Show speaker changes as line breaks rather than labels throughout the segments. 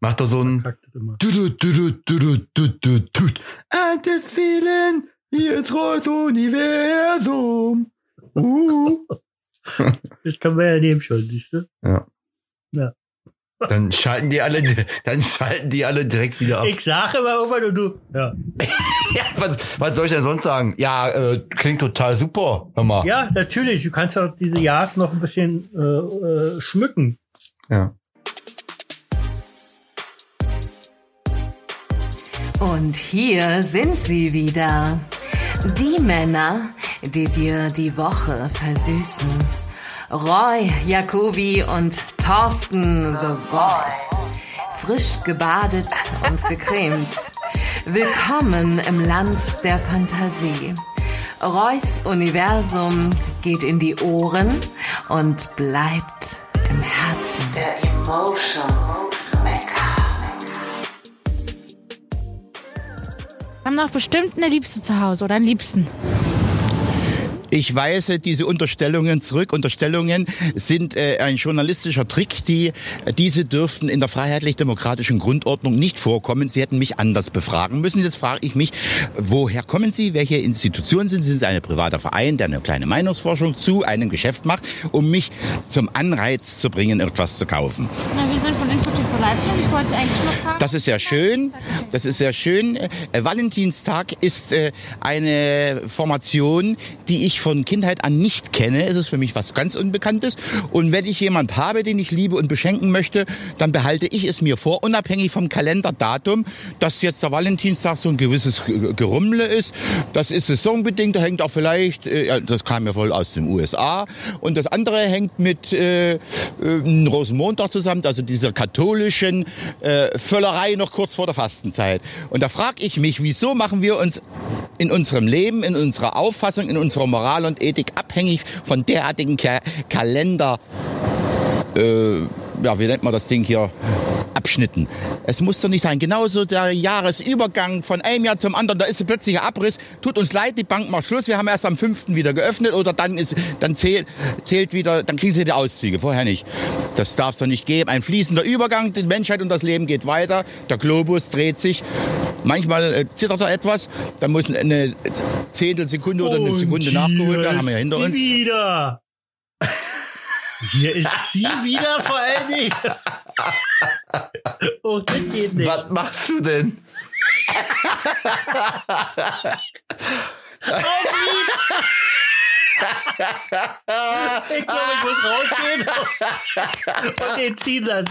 Macht er so
Hm.
ein.
Kackt das immer.
Du, du, du, du, du, du, du, du. An den Seelen, wie ein treues Universum. Uh.
Das kann man ja nehmen schon, siehst du?
Dann schalten die alle, dann schalten die alle direkt wieder ab.
Ich sage mal irgendwann und du. Ja,
Ja, was, was soll ich denn sonst sagen? Ja, äh, klingt total super. Hör mal.
ja natürlich. Du kannst auch diese Ja's noch ein bisschen äh, äh, schmücken.
Ja.
Und hier sind sie wieder. Die Männer, die dir die Woche versüßen. Roy, Jacobi und Thorsten the Boss. Frisch gebadet und gecremt. Willkommen im Land der Fantasie. Roys Universum geht in die Ohren und bleibt im Herzen. Der Emotion Maker.
Haben noch bestimmt eine Liebste zu Hause oder einen Liebsten.
Ich weise diese Unterstellungen zurück. Unterstellungen sind äh, ein journalistischer Trick, die diese dürften in der freiheitlich-demokratischen Grundordnung nicht vorkommen. Sie hätten mich anders befragen müssen. Jetzt frage ich mich, woher kommen Sie? Welche Institution sind Sie? Sind Sie ein privater Verein, der eine kleine Meinungsforschung zu einem Geschäft macht, um mich zum Anreiz zu bringen, etwas zu kaufen?
Na, wir sind von InfoTV Leipzig und ich wollte es eigentlich nur fragen.
Das ist sehr schön. Das ist sehr schön. Äh, Valentinstag ist äh, eine Formation, die ich von Kindheit an nicht kenne. Es ist für mich was ganz Unbekanntes. Und wenn ich jemand habe, den ich liebe und beschenken möchte, dann behalte ich es mir vor, unabhängig vom Kalenderdatum, dass jetzt der Valentinstag so ein gewisses Ge- Gerummle ist. Das ist saisonbedingt. Da hängt auch vielleicht, äh, ja, das kam ja wohl aus den USA. Und das andere hängt mit äh, äh, einem Rosenmontag zusammen, also dieser katholischen äh, Völlerei noch kurz vor der Fastenzeit. Und da frage ich mich, wieso machen wir uns in unserem Leben, in unserer Auffassung, in unserer Moral und Ethik abhängig von derartigen Ka Kalender, äh, ja, wie nennt man das Ding hier? Abschnitten. Es muss doch nicht sein. Genauso der Jahresübergang von einem Jahr zum anderen, da ist plötzlich ein Abriss. Tut uns leid, die Bank macht Schluss. Wir haben erst am 5. wieder geöffnet oder dann ist, dann zählt, zählt wieder, dann kriegen sie die Auszüge. Vorher nicht. Das darf es doch nicht geben. Ein fließender Übergang, die Menschheit und das Leben geht weiter. Der Globus dreht sich. Manchmal äh, zittert er etwas, dann muss eine Zehntelsekunde oder eine
Und
Sekunde nachgeholt werden, haben wir ja
ist
hinter
sie
uns.
wieder. Hier ist sie wieder vor allen Dingen. Oh, das geht nicht.
Was machst du denn?
Ich glaube, ich muss rausgehen und den ziehen lassen.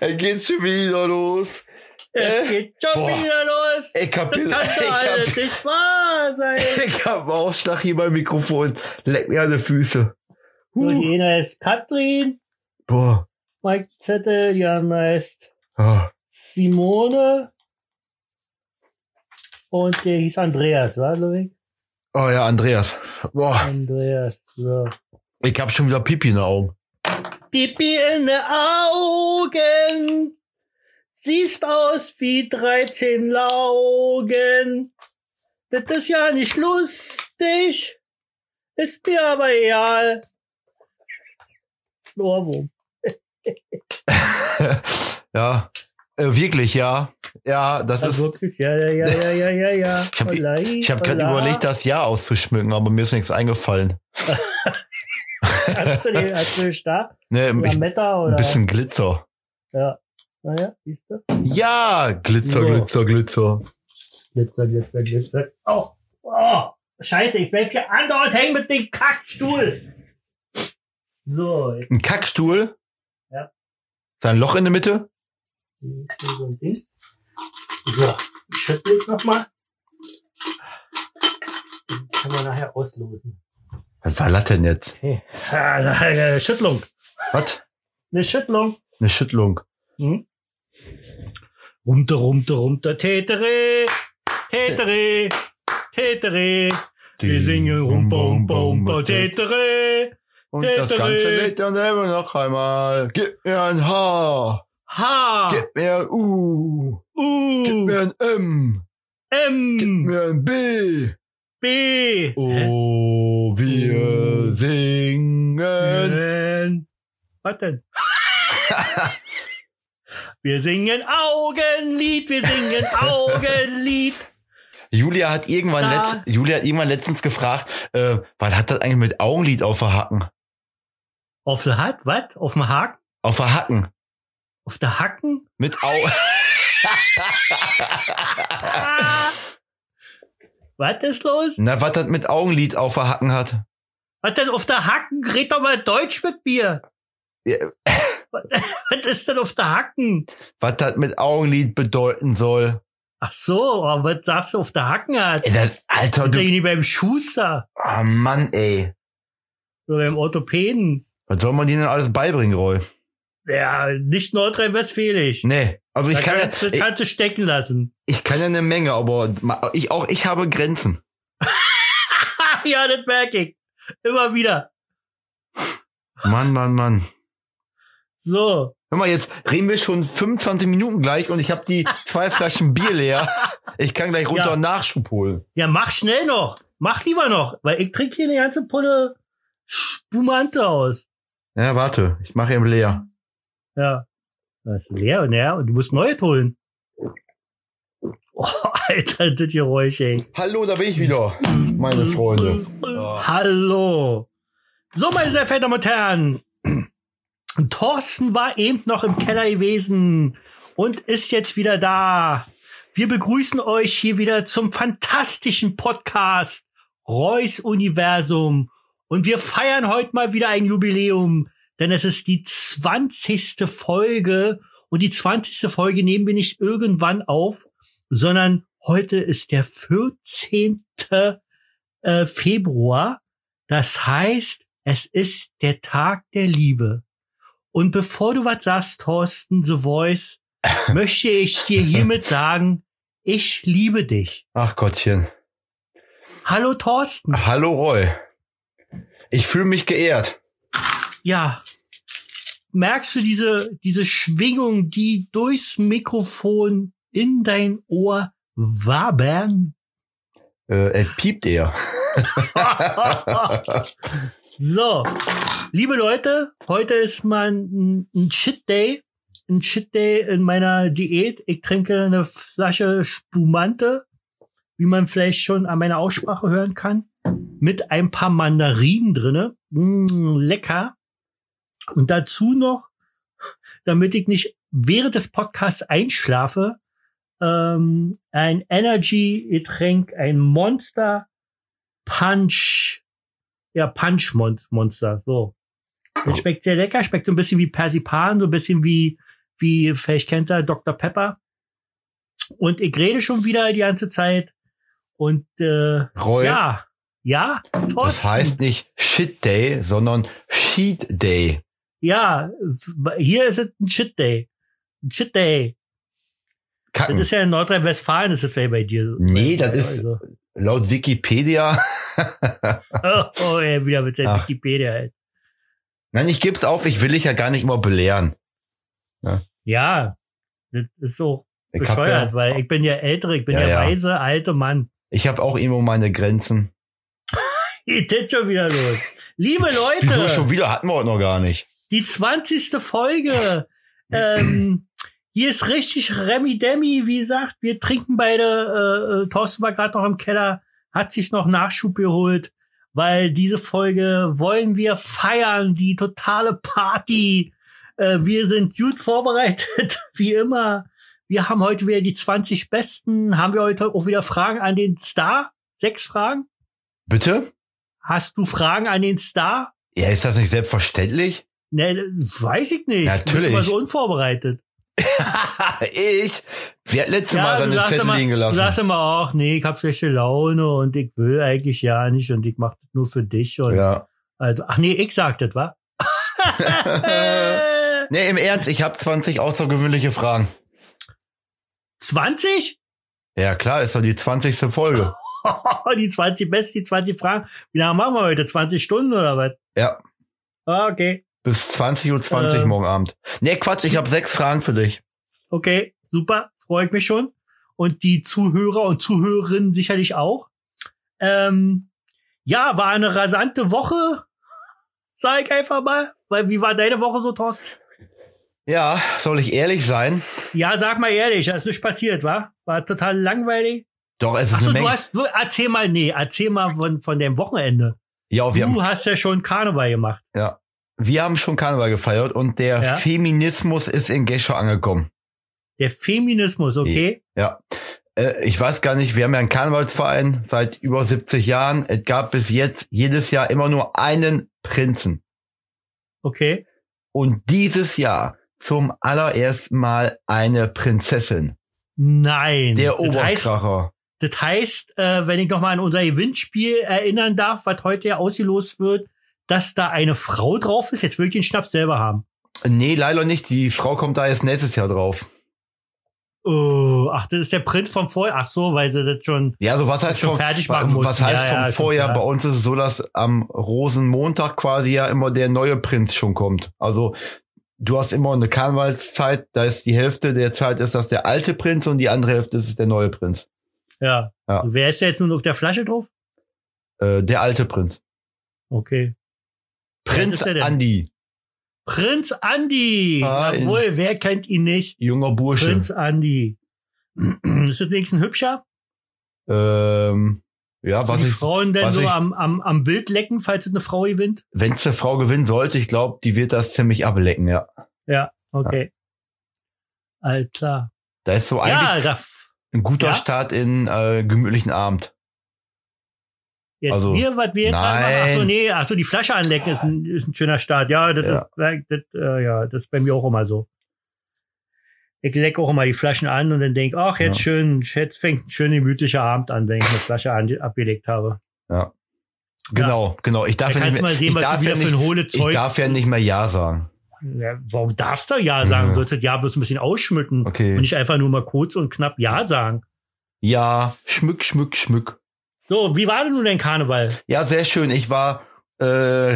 Dann geht's schon wieder los.
Es geht schon
Boah.
wieder los.
Ich hab,
Das kann
ich
doch alles
hab,
nicht wahr sein.
ich hab Ausschlag hier beim Mikrofon. Leck mir alle Füße.
So,
Huh.
die eine ist Katrin,
Boah.
Mike Zettel, die andere ist
Ah.
Simone und der hieß Andreas, war Ludwig?
Oh ja, Andreas. Boah.
Andreas, so.
Ich hab schon wieder Pipi in den Augen.
Pipi in den Augen. Siehst aus wie 13 Laugen. Das ist ja nicht lustig. Ist mir aber egal. Das ist ein Ohrwurm.
Ja. Äh, wirklich, ja. Ja, das
Ja,
ist.
wirklich, ja, ja, ja, ja, ja, ja, ja.
Ich habe
Olai,
ich hab gerade
olai.
überlegt, das Ja auszuschmücken, aber mir ist nichts eingefallen.
Hast du den, hast du den Stab?
Ne,
Oder
ich,
Meta oder?
ein bisschen Glitzer.
Ja. Naja, siehst du?
Ja, Glitzer,
So.
Glitzer, Glitzer.
Glitzer, glitzer, glitzer. Oh, oh, scheiße, ich bleib hier andauernd hängen mit dem Kackstuhl. So, jetzt
Ein Kackstuhl.
Ja.
Sein Loch in der Mitte.
nehm ich hier so ein Ding. So, ich schüttel jetzt nochmal. Den können wir nachher auslosen.
Was war das denn jetzt?
Okay. Ah, eine Schüttlung.
Was?
Eine Schüttlung.
Eine Schüttelung.
Hm? Rumte, rumte, rumte, Tetere, Tetere, Tetere. Wir singen rumpa, rumpa, rumpa, Tetere.
Und das ganze
Tetere.
Lied dann selber noch einmal. Gib mir ein H.
Ha,
Gib mir ein U. Gib
U,
mir ein M. Gib
M,
mir ein B.
B.
Oh, wir
Mhm. Äh.
singen.
N. Was denn? wir singen Augenlied, wir singen Augenlied.
Julia hat irgendwann,
Da.
letzt, Julia hat irgendwann letztens gefragt, äh, was hat das eigentlich mit Augenlid auf der Hacken?
Auf der Hat, was? Auf dem Haken?
Auf der Hacken.
Auf der Hacken?
Mit Au.
Was ist los?
Na, was das mit Augenlid auf der Hacken hat.
Was denn auf der Hacken? Red doch mal Deutsch mit mir.
Ja.
was ist denn auf der Hacken?
Was das mit Augenlid bedeuten soll.
Ach so, aber was sagst du auf der Hacken hat?
Ey, das, Alter,
Ist der
du.
nicht beim Schuster
Ah, Mann, ey.
oder beim Orthopäden?
Was soll man denen denn alles beibringen, Roy?
Ja, nicht nordrhein-westfälisch.
Nee. Also ich
Da
kann, ja,
kannst, du-
ich,
kannst du stecken lassen.
ich kann ja eine Menge, aber ma- ich auch, ich habe Grenzen.
Ha, ja, das merke ich. Immer wieder.
Mann, Mann, Mann.
So.
Hör mal, jetzt reden wir schon 25 Minuten gleich und ich habe die zwei Flaschen Bier leer. Ich kann gleich runter
Ja.
und Nachschub holen.
Ja, mach schnell noch. Mach lieber noch, weil ich trinke hier eine ganze Pulle Spumante aus.
Ja, warte, ich mache eben leer.
Ja. Das ist leer und ja, und du musst neue holen. Oh, Alter, das Geräusch, ey.
Hallo, da bin ich wieder, meine Freunde.
Hallo. So, meine sehr verehrten Damen und Herren. Thorsten war eben noch im Keller gewesen und ist jetzt wieder da. Wir begrüßen euch hier wieder zum fantastischen Podcast Reus Universum. Und wir feiern heute mal wieder ein Jubiläum, denn es ist die 20. Folge. Und die 20. Folge nehmen wir nicht irgendwann auf, sondern heute ist der 14 äh, Februar. Das heißt, es ist der Tag der Liebe. Und bevor du was sagst, Thorsten The Voice, möchte ich dir hiermit sagen, ich liebe dich.
Ach Gottchen.
Hallo Thorsten.
Hallo, Roy. Ich fühle mich geehrt.
Ja. Merkst du diese, diese Schwingung, die durchs Mikrofon in dein Ohr wabern?
Äh, es piept eher.
So, liebe Leute, heute ist mal ein, ein Shit Day. Ein Shit Day in meiner Diät. Ich trinke eine Flasche Spumante, wie man vielleicht schon an meiner Aussprache hören kann, mit ein paar Mandarinen drinne. Mm, lecker. Und dazu noch, damit ich nicht während des Podcasts einschlafe, ähm, ein Energy-Getränk, ein Monster Punch ja, Punch Mon Monster, so. Das schmeckt sehr lecker, schmeckt so ein bisschen wie Persipan, so ein bisschen wie, wie, vielleicht kennt ihr Dr. Pepper. Und ich rede schon wieder die ganze Zeit. Und, äh,
Roy,
ja, ja,
das
Thorsten.
heißt nicht Shit Day, sondern Sheet Day.
Ja, hier ist es ein Shit Day. Ein Shit Day. Das
Kacken.
ist ja in Nordrhein-Westfalen, ist es vielleicht bei dir. so.
Nee, das ist-
Also.
Laut Wikipedia.
Oh, oh, ey, wieder mit der
Ach.
Wikipedia, ey.
Nein, ich geb's auf, ich will dich ja gar nicht immer belehren.
Ja, das ist so
Ich hab,
bescheuert,
ja,
weil ich bin ja ältere, ich bin
Ja,
der
ja.
weise alte Mann.
ich hab auch immer meine Grenzen.
Geht das schon wieder los. Liebe
Wieso schon
Leute,
wieder? Hatten wir heute noch gar nicht.
die 20. Folge. ähm, hier ist richtig Remi Demi, wie gesagt, wir trinken beide, äh, äh, Thorsten war gerade noch im Keller, hat sich noch Nachschub geholt, weil diese Folge wollen wir feiern, die totale Party. Äh, wir sind gut vorbereitet, wie immer. Wir haben heute wieder die 20 Besten, haben wir heute auch wieder Fragen an den Star, sechs Fragen.
Bitte?
Hast du Fragen an den Star?
Ja, ist das nicht selbstverständlich?
Ne, weiß ich nicht. Du bist
Natürlich.
immer so unvorbereitet.
ich? Wer hat letztes Mal
du
seine
sagst
Zettel
immer,
liegen
du
gelassen?
sagst immer auch, nee, ich hab schlechte Laune und ich will eigentlich ja nicht und ich mach das nur für dich und
ja.
also, ach nee, ich sag das, wa? Äh,
nee, im Ernst, ich habe 20 außergewöhnliche Fragen.
20?
Ja, klar, ist doch die 20. Folge.
die 20 besten, die 20 Fragen. Wie lange machen wir heute? 20 Stunden oder was?
Ja.
Ah, okay.
Bis 20.20 Uhr 20
Äh.
morgen Abend. Nee, Quatsch, ich habe sechs Fragen für dich.
Okay, super, freue ich mich schon. Und die Zuhörer und Zuhörerinnen sicherlich auch. Ähm, ja, war eine rasante Woche, sag ich einfach mal. Weil, wie war deine Woche so, Thorsten?
Ja, soll ich ehrlich sein?
Ja, sag mal ehrlich, das ist nicht passiert, wa? War total langweilig.
Doch, es ist
Achso,
eine
du
Menge.
hast, du, erzähl mal, nee, erzähl mal von, von dem Wochenende.
Ja, wir haben,
Du hast ja schon Karneval gemacht.
ja. Wir haben schon Karneval gefeiert und der
Ja.
Feminismus ist in Gescher angekommen.
Der Feminismus, okay?
Ja. Äh, Ich weiß gar nicht, wir haben ja einen Karnevalsverein seit über 70 Jahren. Es gab bis jetzt jedes Jahr immer nur einen Prinzen.
Okay.
Und dieses Jahr zum allerersten Mal eine Prinzessin.
Nein.
Der
das heißt,
Oberkracher.
das heißt äh, wenn ich nochmal an unser Gewinnspiel erinnern darf, was heute ja ausgelost wird, dass da eine Frau drauf ist, jetzt will ich den Schnaps selber haben.
Nee, leider nicht. Die Frau kommt da erst nächstes Jahr drauf.
Oh, ach, das ist der Prinz vom Vorjahr. Ach so, weil sie das schon.
Ja, so was heißt
Schon
vom-
fertig machen
wa- Was
mussten.
heißt
Ja,
vom
ja, schon
Vorjahr?
klar.
Bei uns ist es so, dass am Rosenmontag quasi ja immer der neue Prinz schon kommt. Also du hast immer eine Karnevalszeit, da ist die Hälfte der Zeit ist das der alte Prinz und die andere Hälfte ist es der neue Prinz.
Ja.
Ja.
Und wer ist da jetzt nun auf der Flasche drauf?
Äh, der alte Prinz.
Okay.
Prinz
ist der denn?
Andi,
Prinz Andi.
Ah, in-
Jawohl, wer kennt ihn nicht?
junger Bursche.
Prinz Andi. ist das wenigstens hübscher?
Ähm, ja, was
die
ich,
Frauen denn
was
so
ich-
am, am, am Bild lecken, falls es eine Frau gewinnt?
wenn es eine Frau gewinnen sollte, ich glaube, die wird das ziemlich ablecken, ja.
Okay. Alles klar.
Da ist so eigentlich
Ja, da, f-
ein guter
ja?
Start in äh, gemütlichen Abend.
jetzt
Also,
wir, was wir jetzt
nein.
anmachen. Ach so, nee, ach so, die Flasche anlecken ist ein, ist ein schöner Start. Ja, das,
Ja.
Ist, das, äh, ja, das ist bei mir auch immer so. Ich lecke auch immer die Flaschen an und dann denke, ach, jetzt
Ja.
schön, jetzt fängt ein schön gemütlicher Abend an, wenn ich eine Flasche an, abgelegt habe.
Genau, genau. Ich
Da
darf ja
kannst
nicht
du mal
mehr,
sehen,
ich
was
darf
du
ja
wieder für
nicht,
ein hohle
ich
Zeug.
darf ja nicht mehr Ja sagen.
Ja, warum darfst du Ja sagen?
Ja.
Sollst du Ja bloß ein bisschen ausschmücken
Okay.
und nicht einfach nur mal kurz und knapp Ja sagen.
Ja, Schmück, Schmück, Schmück.
So, wie war denn nun dein Karneval?
Ja, sehr schön. Ich war äh,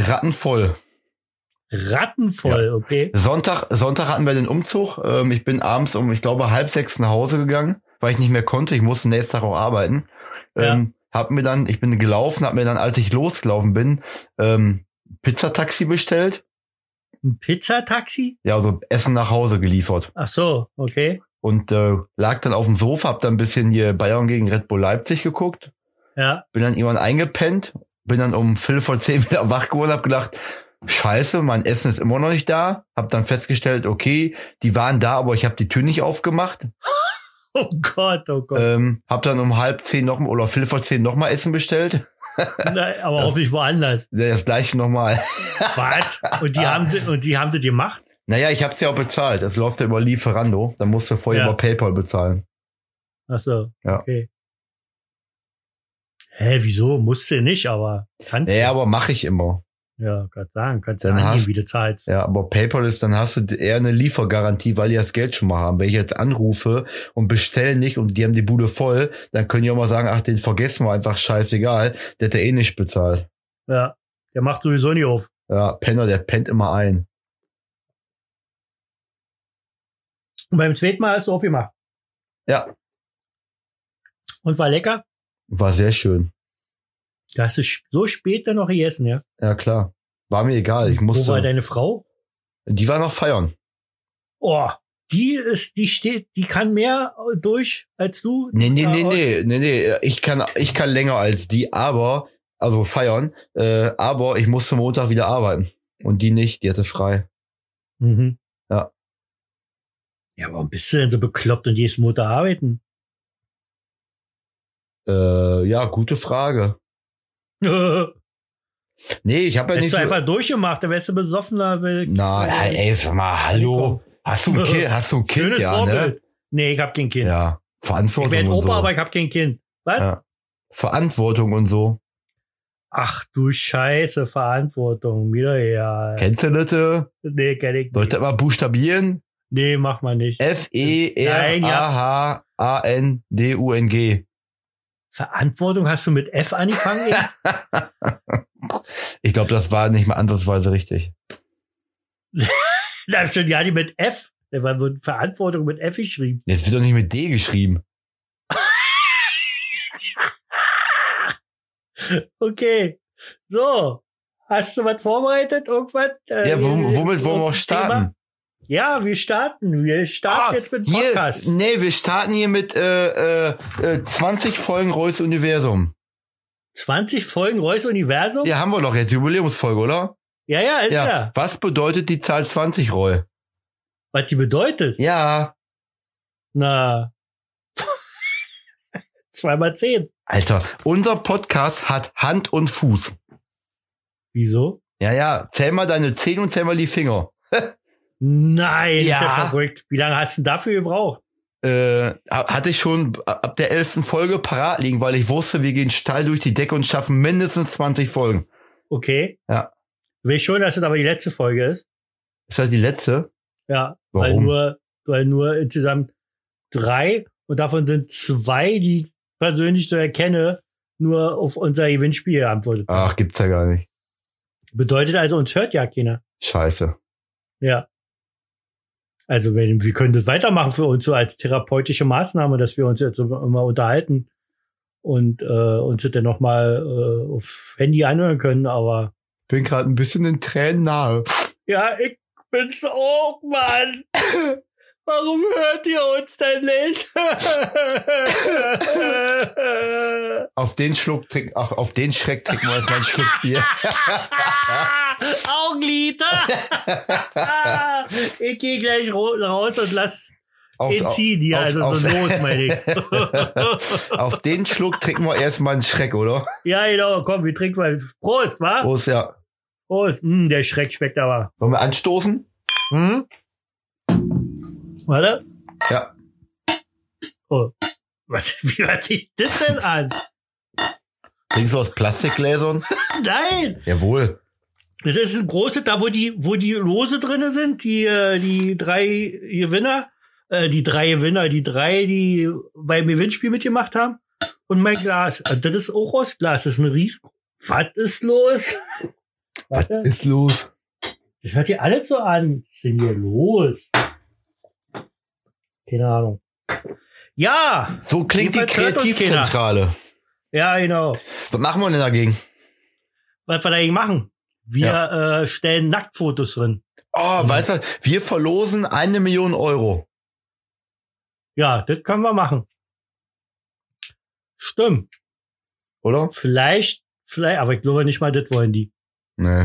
rattenvoll.
Rattenvoll, okay.
Sonntag, Sonntag hatten wir den Umzug. Ähm, ich bin abends um, ich glaube, halb sechs nach Hause gegangen, weil ich nicht mehr konnte. Ich musste nächsten Tag auch arbeiten. Ähm, Hab mir dann, ich bin gelaufen, hab mir dann, als ich losgelaufen bin, ähm, Pizzataxi bestellt.
Ein Pizzataxi?
Ja, also Essen nach Hause geliefert.
Ach so, okay.
Und äh, lag dann auf dem Sofa, hab dann ein bisschen hier Bayern gegen Red Bull Leipzig geguckt.
Ja,
bin dann irgendwann eingepennt, bin dann um Viertel vor zehn wieder wach geworden, hab gedacht, scheiße, mein Essen ist immer noch nicht da. Hab dann festgestellt, okay, die waren da, aber ich habe die Tür nicht aufgemacht.
oh Gott, oh Gott.
Ähm, hab dann um halb zehn noch oder Viertel vor zehn noch mal Essen bestellt. Äh.
Nein, aber hoffentlich woanders.
Das gleiche nochmal.
Was? Und die haben und die haben das gemacht?
Naja, ich hab's ja auch bezahlt. Das läuft ja über Lieferando. Dann musst du vorher
Ja.
über PayPal bezahlen.
Ach so,
Ja.
okay. Hä, wieso? Musste nicht, aber kannst
Naja,
du.
aber mache ich immer.
Ja, Gott sagen, kannst du
Dann
angeben,
hast-
wie du zahlst.
Ja, aber PayPal ist, dann hast du eher eine Liefergarantie, weil die das Geld schon mal haben. Wenn ich jetzt anrufe und bestelle nicht und die haben die Bude voll, dann können die auch mal sagen, ach, den vergessen wir einfach, scheißegal, der hat ja eh nicht bezahlt.
Ja. Der macht sowieso nie auf.
Ja, Penner, der pennt immer ein.
Und beim zweiten Mal hast du aufgemacht.
Ja.
Und war lecker?
War sehr schön.
Da hast du sch- so spät dann noch gegessen, ja?
Ja, klar. War mir egal, ich
Wo war
musste.
deine Frau?
Die war noch feiern.
Oh, die ist, die steht, die kann mehr durch als du.
Nee, nee, nee,
Äh, aus-
nee, nee, nee, ich kann, ich kann länger als die, aber, also feiern, äh, aber ich musste Montag wieder arbeiten. Und die nicht, die hatte frei.
Mhm.
Ja.
Ja, warum bist du denn so bekloppt und gehst Mutter arbeiten?
Äh, ja, gute Frage.
Hättest
Nee, ich habe ja nicht
du
so.
einfach durchgemacht, dann wärst du besoffener. Will.
Na, ey, ey, sag mal, hallo. Hast du ein Kind, hast du ein Kind,
Schönes
ja, ne?
Vorbild. Nee, ich hab kein Kind.
Ja,
ich
Verantwortung
werde
und
Opa,
so.
aber ich hab kein Kind. Was?
Ja. Verantwortung und so.
Ach du Scheiße, Verantwortung. Wieder ja.
Kennst du das?
Nee, kenn ich
Soll ich
nicht.
das mal buchstabieren? E
Nee, mach mal nicht.
Äh?
Nein,
F-E-R-A-H-A-N-D-U-N-G.
Verantwortung hast du mit F angefangen? ey?
Ich glaube, das war nicht mal ansatzweise richtig.
Da schon ja die mit F. Da war wird Verantwortung mit F geschrieben.
Jetzt wird doch nicht mit D geschrieben.
Okay. So. Hast du was vorbereitet? Irgendwas? Äh,
Ja, wo- womit wollen wir auch
Thema?
starten? Ah,
Ja, wir starten. Wir starten jetzt mit dem
hier,
Podcast.
nee, wir starten hier mit äh, äh, äh, 20 Folgen Reus Universum.
20 Folgen Reus Universum?
Ja, haben wir doch jetzt Jubiläumsfolge, oder?
ja, ja, ist ja.
Was bedeutet die Zahl 20, Roy?
Was die bedeutet?
Ja.
Na. Zweimal zehn.
Alter, unser Podcast hat Hand und Fuß.
Wieso?
Ja, ja, zähl mal deine Zehen und zähl mal die Finger.
Nein, ist ja
Ja.
verrückt. Wie lange hast du denn dafür gebraucht?
Äh, ha- hatte ich schon ab der elften Folge parat liegen, weil ich wusste, wir gehen steil durch die Decke und schaffen mindestens 20 Folgen.
Okay.
Ja.
Will schon, dass es aber die letzte Folge ist.
Ist das die letzte?
Ja. Weil
Warum?
nur, weil nur insgesamt drei und davon sind zwei, die ich persönlich so erkenne, nur auf unser Gewinnspiel geantwortet. haben.
Ach, gibt's ja gar nicht. Ah.
Bedeutet also, uns hört ja keiner.
Scheiße.
Ja. Also, wenn, wir können das weitermachen für uns so als therapeutische Maßnahme, dass wir uns jetzt immer unterhalten und äh, uns das dann nochmal äh, auf Handy anhören können, aber
Bin gerade ein bisschen den Tränen nahe.
Ja, ich bin's auch, Mann. Warum hört ihr uns denn nicht?
Auf den Schluck trink, ach, auf den Schreck trinken wir erstmal einen Schluck Bier.
Augenlider! ich gehe gleich ro- raus und lass
Auf,
ihn ziehen hier,
auf-
also so
auf-
los, meine ich.
auf den Schluck trinken wir erstmal einen Schreck, oder?
ja, genau, komm, wir trinken mal. Prost, wa?
Groß, ja.
Prost. Mm, der Schreck schmeckt aber.
Wollen wir anstoßen?
Hm? Warte.
Ja.
Oh. Was, wie hört sich das denn an?
Trinkst du aus Plastikgläsern?
Nein!
Jawohl.
Das ist ein großes, da wo die, wo die Lose drinne sind, die, äh, die drei Gewinner, äh, die drei Gewinner, die drei, die beim Gewinnspiel mitgemacht haben. Und mein Glas, Äh, das ist auch aus Glas, das ist ein Ries. Was ist los? Warte,
Ist los.
das hört ihr alle so an. Was ist denn hier los? Keine Ahnung. Ja,
So klingt die
Jedenfalls hört uns keiner.
Kreativzentrale.
ja, genau.
Was machen wir denn dagegen?
Was wir da eigentlich machen? Wir äh, stellen Nacktfotos drin.
Oh,
Mhm.
weißt du, wir verlosen eine Million Euro.
Ja, das können wir machen. Stimmt.
Oder?
Vielleicht, vielleicht, aber ich glaube nicht mal, das wollen die.
Nee.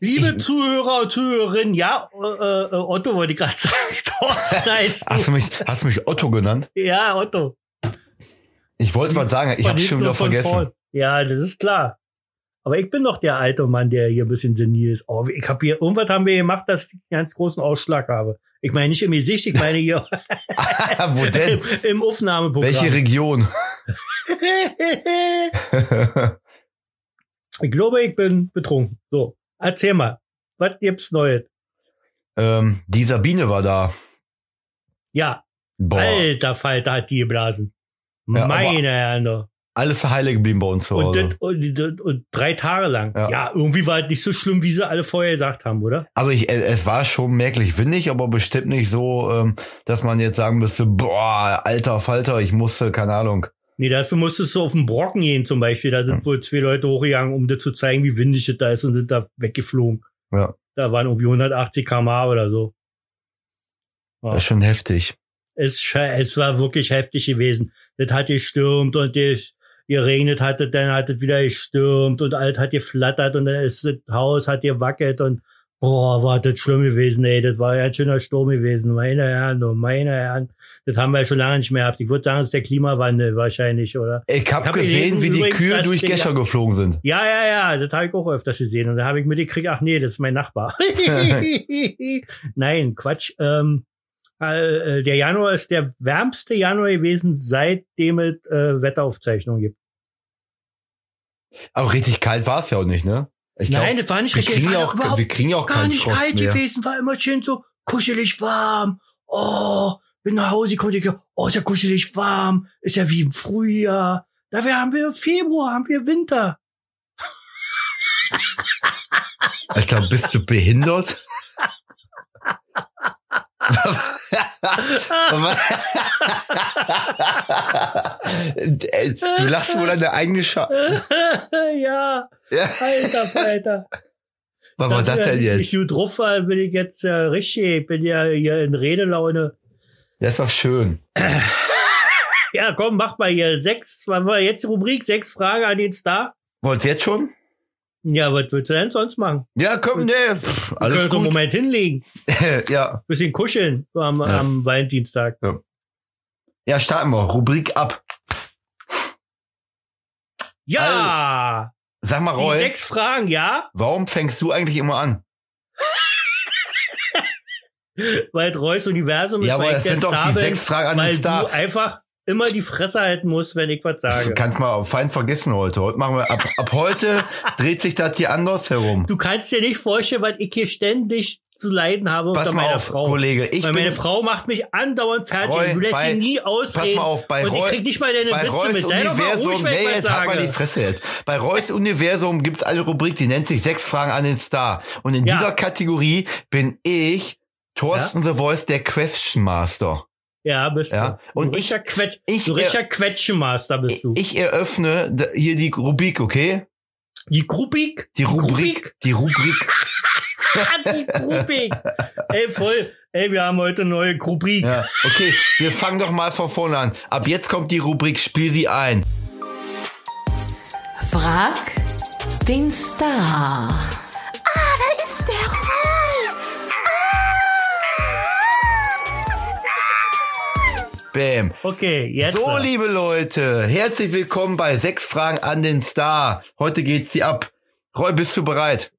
Liebe
Ich-
Zuhörer und Zuhörerinnen, ja, äh, äh, Otto wollte ich gerade sagen. Thorsten heißt
Hast
du.
du mich, hast du mich Otto genannt?
Ja, Otto.
Ich wollte was sagen, ich
Von
habe
hinten
schon wieder
und von
vergessen.
vorn. Ja, das ist klar. Aber ich bin doch der alte Mann, der hier ein bisschen senil ist. Oh, ich habe hier, irgendwas haben wir gemacht, dass ich einen ganz großen Ausschlag habe. Ich meine nicht im Gesicht, ich meine hier
Wo
im,
denn?
im Aufnahmeprogramm.
Welche Region?
ich glaube, ich bin betrunken. So, erzähl mal. Was gibt's Neues?
ähm, die Sabine war da.
Ja,
Boah,
alter Falter hat die geblasen.
Ja, aber-
Meine Herren. doch.
alles heile geblieben bei uns zu
Und,
Hause.
das, und, das, und drei Tage lang. Ja.
Ja.
irgendwie war es nicht so schlimm, wie sie alle vorher gesagt haben, oder?
Also ich, äh, es war schon merklich windig, aber bestimmt nicht so, ähm, dass man jetzt sagen müsste, boah, alter Falter, ich musste, keine Ahnung.
Nee, dafür musstest du auf den Brocken gehen zum Beispiel. Da sind
Hm.
wohl zwei Leute hochgegangen, um dir zu zeigen, wie windig es da ist und sind da weggeflogen.
Ja.
Da waren irgendwie 180 km/h oder so. Ja.
Das ist schon heftig.
Es, sche- es war wirklich heftig gewesen. Das hat gestürmt und es geregnet hat, es, dann hat es wieder gestürmt und alles hat geflattert und dann ist das Haus hat gewackelt und boah, war das schlimm gewesen, ey. Das war ja ein schöner Sturm gewesen. Meine Herren, oh meine Herren. Das haben wir ja schon lange nicht mehr gehabt. Ich würde sagen, es ist der Klimawandel wahrscheinlich, oder?
Ich habe
hab
gesehen,
gelesen
wie die
übrigens,
Kühe
dass
durch
der-
Gescher geflogen sind.
Ja, ja, ja, das habe ich auch öfters gesehen. Und da habe ich mitgekriegt, ach nee, das ist mein Nachbar. Nein, Quatsch. Ähm, äh, äh, der Januar ist der wärmste Januar gewesen, seitdem es äh, Wetteraufzeichnungen gibt.
Aber richtig kalt war es ja auch nicht, ne? Ich glaub,
das war nicht
wir kriegen,
Es
ja
war
auch,
überhaupt
wir kriegen ja auch
gar
keinen
nicht
Frost
kalt
mehr.
gewesen, war immer schön so kuschelig warm. Oh, bin nach Hause gekommen, denke, oh, ist ja kuschelig warm, ist ja wie im Frühjahr. Da wir- haben wir Februar, haben wir Winter.
Alter, bist du behindert? Äh, du lachst wohl an der eigenen Scha
ja,
Ja.
Alter, Alter.
Was war das denn
Ich
jetzt?
gut drauf war, bin ich jetzt äh, richtig, bin ja hier in Redelaune.
Das ist doch schön.
Ja, komm, mach mal hier sechs, was war jetzt die Rubrik? Sechs Fragen an den Star.
Wollt's jetzt schon?
Ja, was willst du denn sonst machen?
Ja, komm, nee. pff,
Wir
Alles
können doch einen
gut.
Moment hinlegen.
ja.
Bisschen kuscheln so am,
Ja.
am Valentinstag.
ja, starten wir. Rubrik ab.
Ja!
Sag mal,
die
Roy,
sechs Fragen, ja?
warum fängst du eigentlich immer an?
Weil es Reus Universum ist,
Ja,
weil
aber
ich
das
der
sind doch
Star
die
bin,
sechs Fragen an
weil
den Star.
du einfach immer die Fresse halten musst, wenn ich was
Du
sage.
kannst mal fein vergessen heute. Heute machen wir ab, ab heute dreht sich das hier anders herum.
Du kannst dir nicht vorstellen, weil ich hier ständig zu leiden habe unter
Pass mal
meiner
auf,
Frau.
Kollege. Ich
weil
bin,
meine Frau macht mich andauernd fertig.
Roy,
du lässt
bei-
sie nie
pass
ausreden.
mal auf, bei
und ich
Roy-
krieg nicht mal deine
bei
Witze
Reus
mit. Sei doch mal
Universum,
ruhig, wenn
nee,
ich was
jetzt hat
sage.
mal die Fresse jetzt. Bei Reus Universum gibt's eine Rubrik, die nennt sich Sechs Fragen an den Star. Und in
Ja.
dieser Kategorie bin ich Thorsten The Voice, der Question Master.
ja, bist
Ja,
du.
und
du
ich-
richtiger Quetsch,
ich- äh,
du richtiger Quetschenmaster bist du.
Ich eröffne d- hier die Rubrik, okay?
die Gruppig?
Die Rubrik, die Rubrik.
Ah, die Gruppig. ey, voll. Ey, wir haben heute eine neue Gruppig.
ja, okay, wir fangen doch mal von vorne an. Ab jetzt kommt die Rubrik, spiel sie ein.
Frag den Star.
Bam.
Okay, jetzt.
So,
äh,
liebe Leute, herzlich willkommen bei Sechs Fragen an den Star. Heute geht's sie ab. Roy, bist du bereit?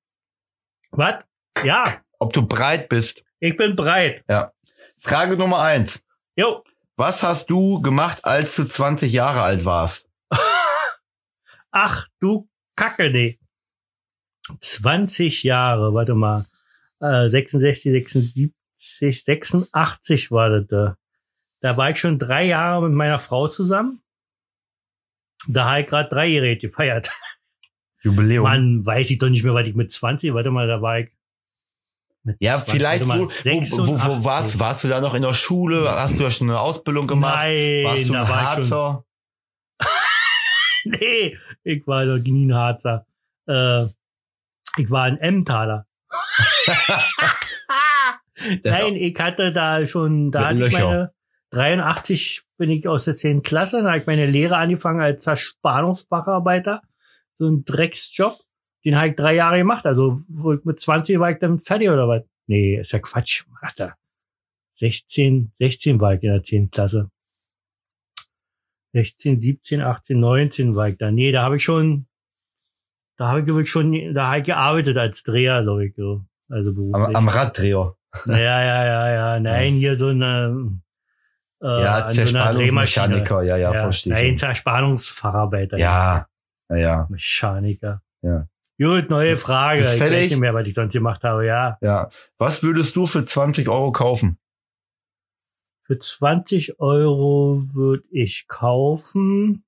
äh, Was? Ja,
Ob du bereit bist?
ich bin bereit.
Ja. Frage Nummer eins.
Jo.
Was hast du gemacht, als du 20 Jahre alt warst?
Ach, du Kacke, nee. 20 Jahre, warte mal. Äh, 66, 76, 86 war das da. Da war ich schon drei Jahre mit meiner Frau zusammen. Da habe ich gerade dreijährig gefeiert.
Jubiläum.
Mann, weiß ich doch nicht mehr, was ich mit 20, warte mal, da war ich. mit
ja,
20,
vielleicht,
warte
wo, wo,
mal,
wo, wo
86.
warst, warst du da noch in der Schule? Hast du ja schon eine Ausbildung gemacht?
Nein,
warst du
da
ein
war ich schon
Harzer?
Nee, ich war doch nie ein Harzer. Äh, ich war ein Emmentaler. Nein, ich hatte da schon, da hatte
Mit
ich
Löcher.
meine 83 bin ich aus der 10. Klasse, da habe ich meine Lehre angefangen als Zerspannungsfacharbeiter. So ein Drecksjob. Den habe ich drei Jahre gemacht. Also wo ich mit 20 war ich dann fertig oder was? Nee, ist ja Quatsch. Ach da. 16, 16 war ich in der 10. Klasse. 16, 17, 18, 19 war ich da. Nee, da habe ich schon, da habe ich wirklich schon, da habe ich gearbeitet als Dreher, glaube ich. So. Also
Am,
beruflich.
am Raddreher.
Ja, ja, ja, ja. Nein, hier so eine, äh,
Ja,
an so einer Drehmaschine.
Zerspannungsmechaniker. Ja, ja, verstehe.
Nein,
ich.
Zerspannungsfacharbeiter.
Ja, ja, ja.
Mechaniker.
Ja.
Gut, neue Frage.
Ist
Ich
fertig?
weiß nicht mehr, was ich sonst gemacht habe. Ja,
Ja. Was würdest du für 20 Euro kaufen?
für 20 Euro würde ich kaufen.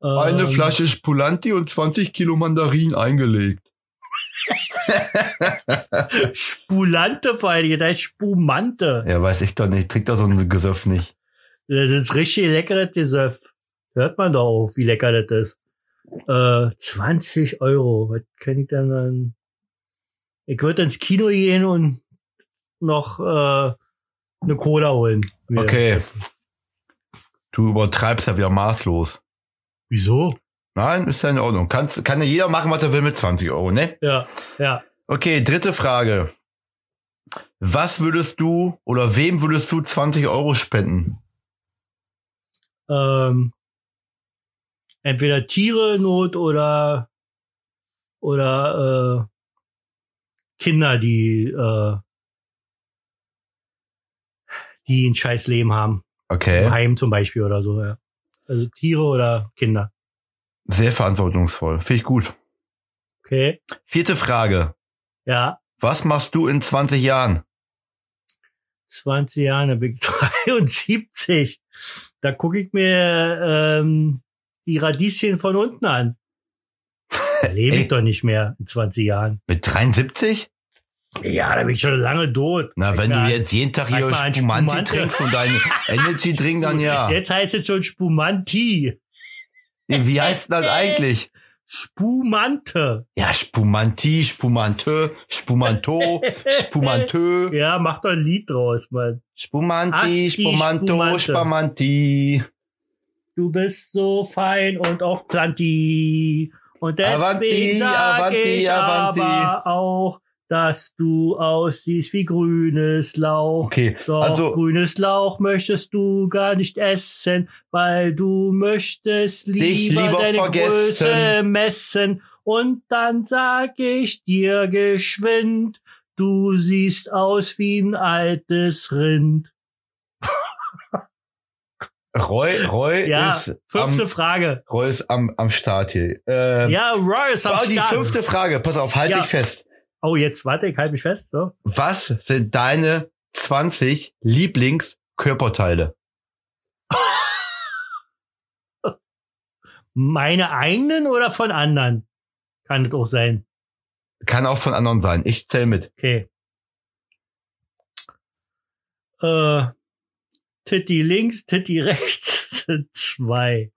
Eine
ähm,
Flasche Spulanti und 20 Kilo Mandarin eingelegt.
Spulante vor allen Dingen, das heißt Spumante.
Ja, weiß ich doch nicht. Trinkt da so ein Gesöff nicht.
Das ist richtig leckeres Gesöff. Hört man doch auch, wie lecker das ist. Äh, 20 Euro. Was kann ich denn dann? Ich würde ins Kino gehen und noch äh, eine Cola holen. Mir.
Okay. Du übertreibst ja wieder maßlos.
Wieso?
Nein, ist ja in Ordnung. Kannst, kann ja jeder machen, was er will mit 20 Euro, ne?
Ja, ja.
Okay, dritte Frage. Was würdest du oder wem würdest du 20 Euro spenden?
Ähm, entweder Tiere in Not oder oder äh, Kinder, die äh, die ein scheiß Leben haben. Im
Okay.
Heim zum Beispiel oder so, ja. Also Tiere oder Kinder.
Sehr verantwortungsvoll. Finde ich gut.
Okay.
Vierte Frage.
Ja.
Was machst du in 20 Jahren?
20 Jahre, dann bin ich 73. Da gucke ich mir ähm, die Radieschen von unten an. Da lebe
Ey.
ich doch nicht mehr in 20 Jahren.
Mit 73?
Ja, da bin ich schon lange tot.
Na, wenn
Ja,
du jetzt jeden Tag hier
Sag mal, ein
Spumanti
Spumante.
trinkst und deinen Energy Drink, dann ja.
Jetzt heißt es schon Spumanti.
Wie heißt das eigentlich?
Spumante.
Ja, Spumanti, Spumante, Spumanto, Spumantö,
Ja, mach doch ein Lied draus, Mann.
Spumanti,
Asti,
Spumanto,
Spumante.
Spamanti.
Du bist so fein und auf Planti. Und
Avanti,
deswegen sag
Avanti,
ich
Avanti.
aber auch, dass du aussiehst wie grünes Lauch.
Okay,
Doch
also-
grünes Lauch möchtest du gar nicht essen, weil du möchtest
Dich
lieber,
lieber
deine
vergessen.
Größe messen. Und dann sag ich dir geschwind, du siehst aus wie ein altes Rind.
Roy, Roy
Ja,
ist
fünfte
am,
Frage.
Roy ist am, am Start hier. Ähm,
Ja, Roy ist am
oh, die
Start.
fünfte Frage, pass auf, halt
Ja.
dich fest.
Oh, jetzt warte, ich halte mich fest. So.
Was sind deine 20 Lieblingskörperteile?
Meine eigenen oder von anderen? Kann das auch sein.
Kann auch von anderen sein. Ich zähl mit.
Okay. Äh, Titty links, Titty rechts sind zwei.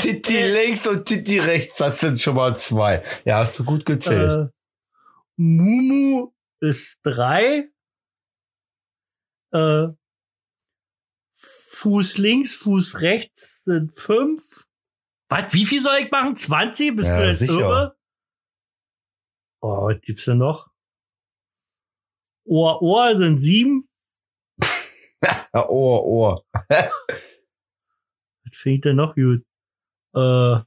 Titi links und Titi rechts, das sind schon mal zwei. Ja, hast du gut gezählt.
Äh, Mumu ist drei. Äh, Fuß links, Fuß rechts sind fünf. Was? Wie viel soll ich machen? 20? Bist
Ja,
du jetzt
sicher.
irre? Oh, was gibt's denn noch? Ohr, Ohr sind sieben.
Ja, Ohr, Ohr.
Was fehlt denn noch gut? Äh.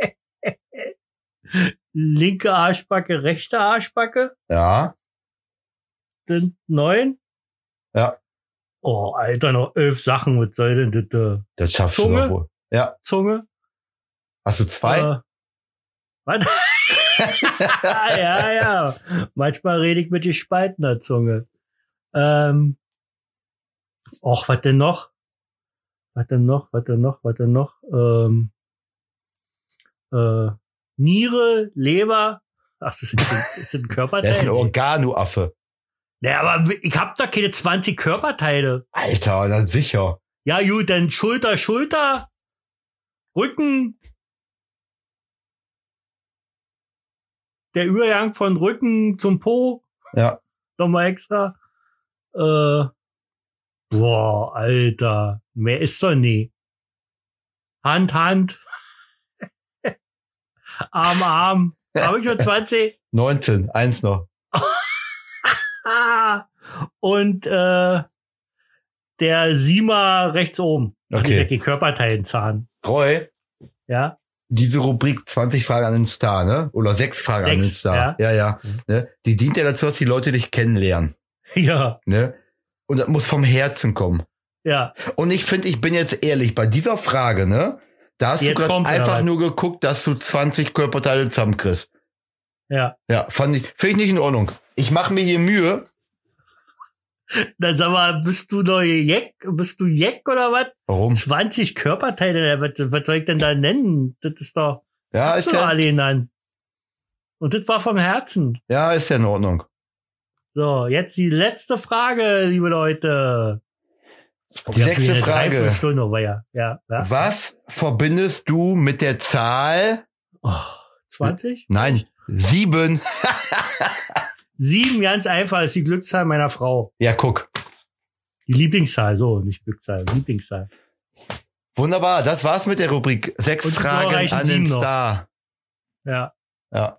Linke Arschbacke, rechte Arschbacke.
Ja.
sind neun.
Ja.
Oh, Alter, noch elf Sachen. Was soll denn das? da?
Das schaffst
Zunge?
du doch wohl.
Zunge?
Hast du zwei?
Äh, was? ja, ja. Manchmal rede ich mit gespaltener Zunge. Ähm, och, was denn noch? Was denn noch? Was denn noch? Was denn noch? Ähm, äh, Niere, Leber. Ach, das ist, das ist ein Körperteil.
Der ist ein Organoaffe.
Naja, aber ich hab da keine 20 Körperteile.
Alter, dann sicher.
Ja, gut, dann Schulter, Schulter, Rücken. Der Übergang von Rücken zum Po.
Ja.
Nochmal extra. Äh, boah, Alter. Mehr ist doch nie. Hand, Hand. Arm, Arm. Habe ich schon 20?
19, eins noch.
Ah. Und äh, der Sima rechts oben. Hab Ich
Okay.
sag, die Körperteilenzahn.
Roy,
Ja.
diese Rubrik 20 Fragen an den Star, ne? Oder sechs Fragen an
Sechs,
den Star. Ja, ja.
Mhm.
Ne? Die dient ja dazu, dass die Leute dich kennenlernen.
Ja,
Ne? Und das muss vom Herzen kommen.
ja.
Und ich finde, ich bin jetzt ehrlich, bei dieser Frage, ne? Da hast
Jetzt
du gerade
kommt er,
einfach
was?
nur geguckt, dass du 20 Körperteile zusammenkriegst.
Ja.
Ja, fand ich, finde ich nicht in Ordnung. Ich mache mir hier Mühe,
Dann sag mal, bist du neue Jeck? Bist du Jeck oder was?
Warum?
20 Körperteile, was, was soll ich denn da nennen? Das ist doch
Ja,
so
ist ja,
allein an. Und das war vom Herzen.
ja, ist ja in Ordnung.
So, jetzt die letzte Frage, liebe Leute.
Die sechste Frage. Mhm.
Stunde, aber ja, ja, ja.
Was verbindest du mit der Zahl?
Oh, 20?
Nein, sieben.
Sieben, ganz einfach, ist die Glückszahl meiner Frau.
Ja, guck.
Die Lieblingszahl, so, nicht Glückszahl, Lieblingszahl.
Wunderbar, das war's mit der Rubrik. Sechs
Und die
Fragen
glorreichen
an den
sieben noch.
Star.
Ja.
Ja.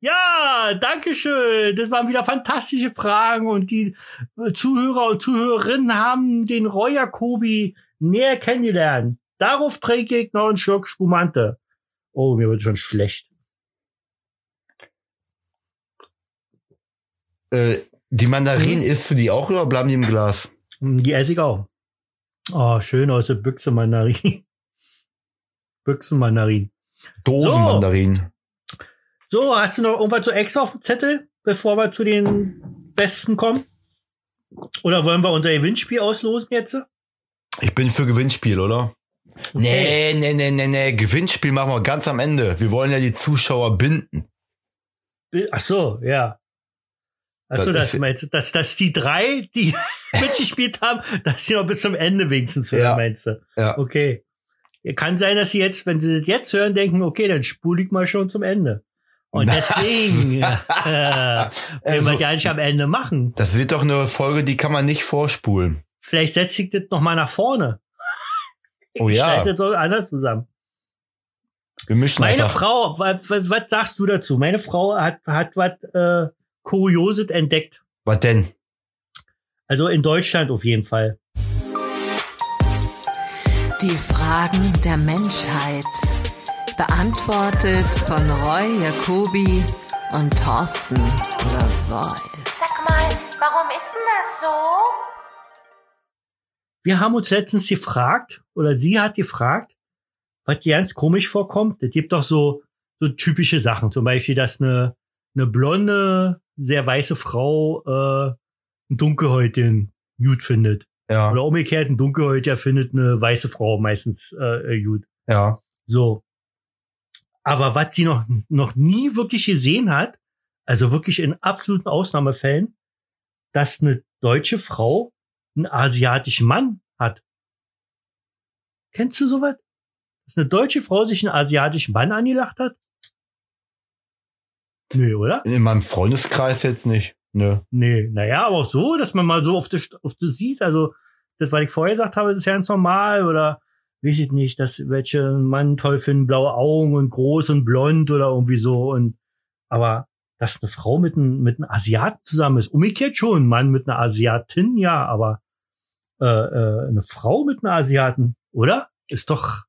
Ja, danke schön. Das waren wieder fantastische Fragen und die äh, Zuhörer und Zuhörerinnen haben den Roy Jacobi näher kennengelernt. Darauf trinke ich noch einen Schluck Spumante. Oh, mir wird schon schlecht.
Äh, die Mandarinen
Mhm.
isst du die auch oder bleiben die im Glas?
Hm, Die esse ich auch. Oh, schön aus der Büchse Mandarin. Büchsenmandarin.
Dosenmandarinen.
So, hast du noch irgendwas zu extra auf dem Zettel, bevor wir zu den Besten kommen? Oder wollen wir unser Gewinnspiel auslosen jetzt?
Ich bin für Gewinnspiel, oder? Nee, nee, nee, nee, nee. Gewinnspiel machen wir ganz am Ende. Wir wollen ja die Zuschauer binden.
Ach so, ja. Ach so,
Das
das
ist-
meinst du, dass, dass die drei, die, mitgespielt haben, dass sie noch bis zum Ende wenigstens hören,
Ja.
meinst du?
Ja.
Okay. Kann sein, dass sie jetzt, wenn sie das jetzt hören, denken, okay, dann spule ich mal schon zum Ende. Und deswegen, äh, wenn wir
Also-
gar nicht am Ende machen,
Das wird doch eine Folge, die kann man nicht vorspulen.
vielleicht setze ich das nochmal nach vorne.
Oh
Ich
ja,
schneide das so anders zusammen.
wir mischen
Meine
einfach.
Frau, was, was sagst du dazu? Meine Frau hat, hat was äh, Kurioses entdeckt.
Was denn?
Also in Deutschland auf jeden Fall.
Die Fragen der Menschheit. Beantwortet von Roy Jacobi und Thorsten The Voice.
Sag mal, warum ist denn das so?
Wir haben uns letztens gefragt, oder sie hat gefragt, was dir ganz komisch vorkommt. Es gibt doch so, so typische Sachen. Zum Beispiel, dass eine, eine blonde, sehr weiße Frau äh, einen Dunkelhäutigen gut findet.
Ja,
Oder umgekehrt, ein Dunkelhäutiger findet eine weiße Frau meistens äh, gut.
ja.
So. Aber was sie noch, noch nie wirklich gesehen hat, also wirklich in absoluten Ausnahmefällen, dass eine deutsche Frau einen asiatischen Mann hat. Kennst du sowas? Dass eine deutsche Frau sich einen asiatischen Mann angelacht hat? Nö, oder?
In meinem Freundeskreis jetzt nicht. Nö.
Nee, naja, aber auch so, dass man mal so auf das, auf das sieht. Also, das, was ich vorher gesagt habe, das ist ja ganz normal. Oder weiß ich nicht, dass welche einen Mann toll finden, blaue Augen und groß und blond oder irgendwie so. Und aber dass eine Frau mit einem, mit einem Asiaten zusammen ist, umgekehrt schon, ein Mann mit einer Asiatin, ja, aber äh, äh, eine Frau mit einem Asiaten, oder? Ist doch,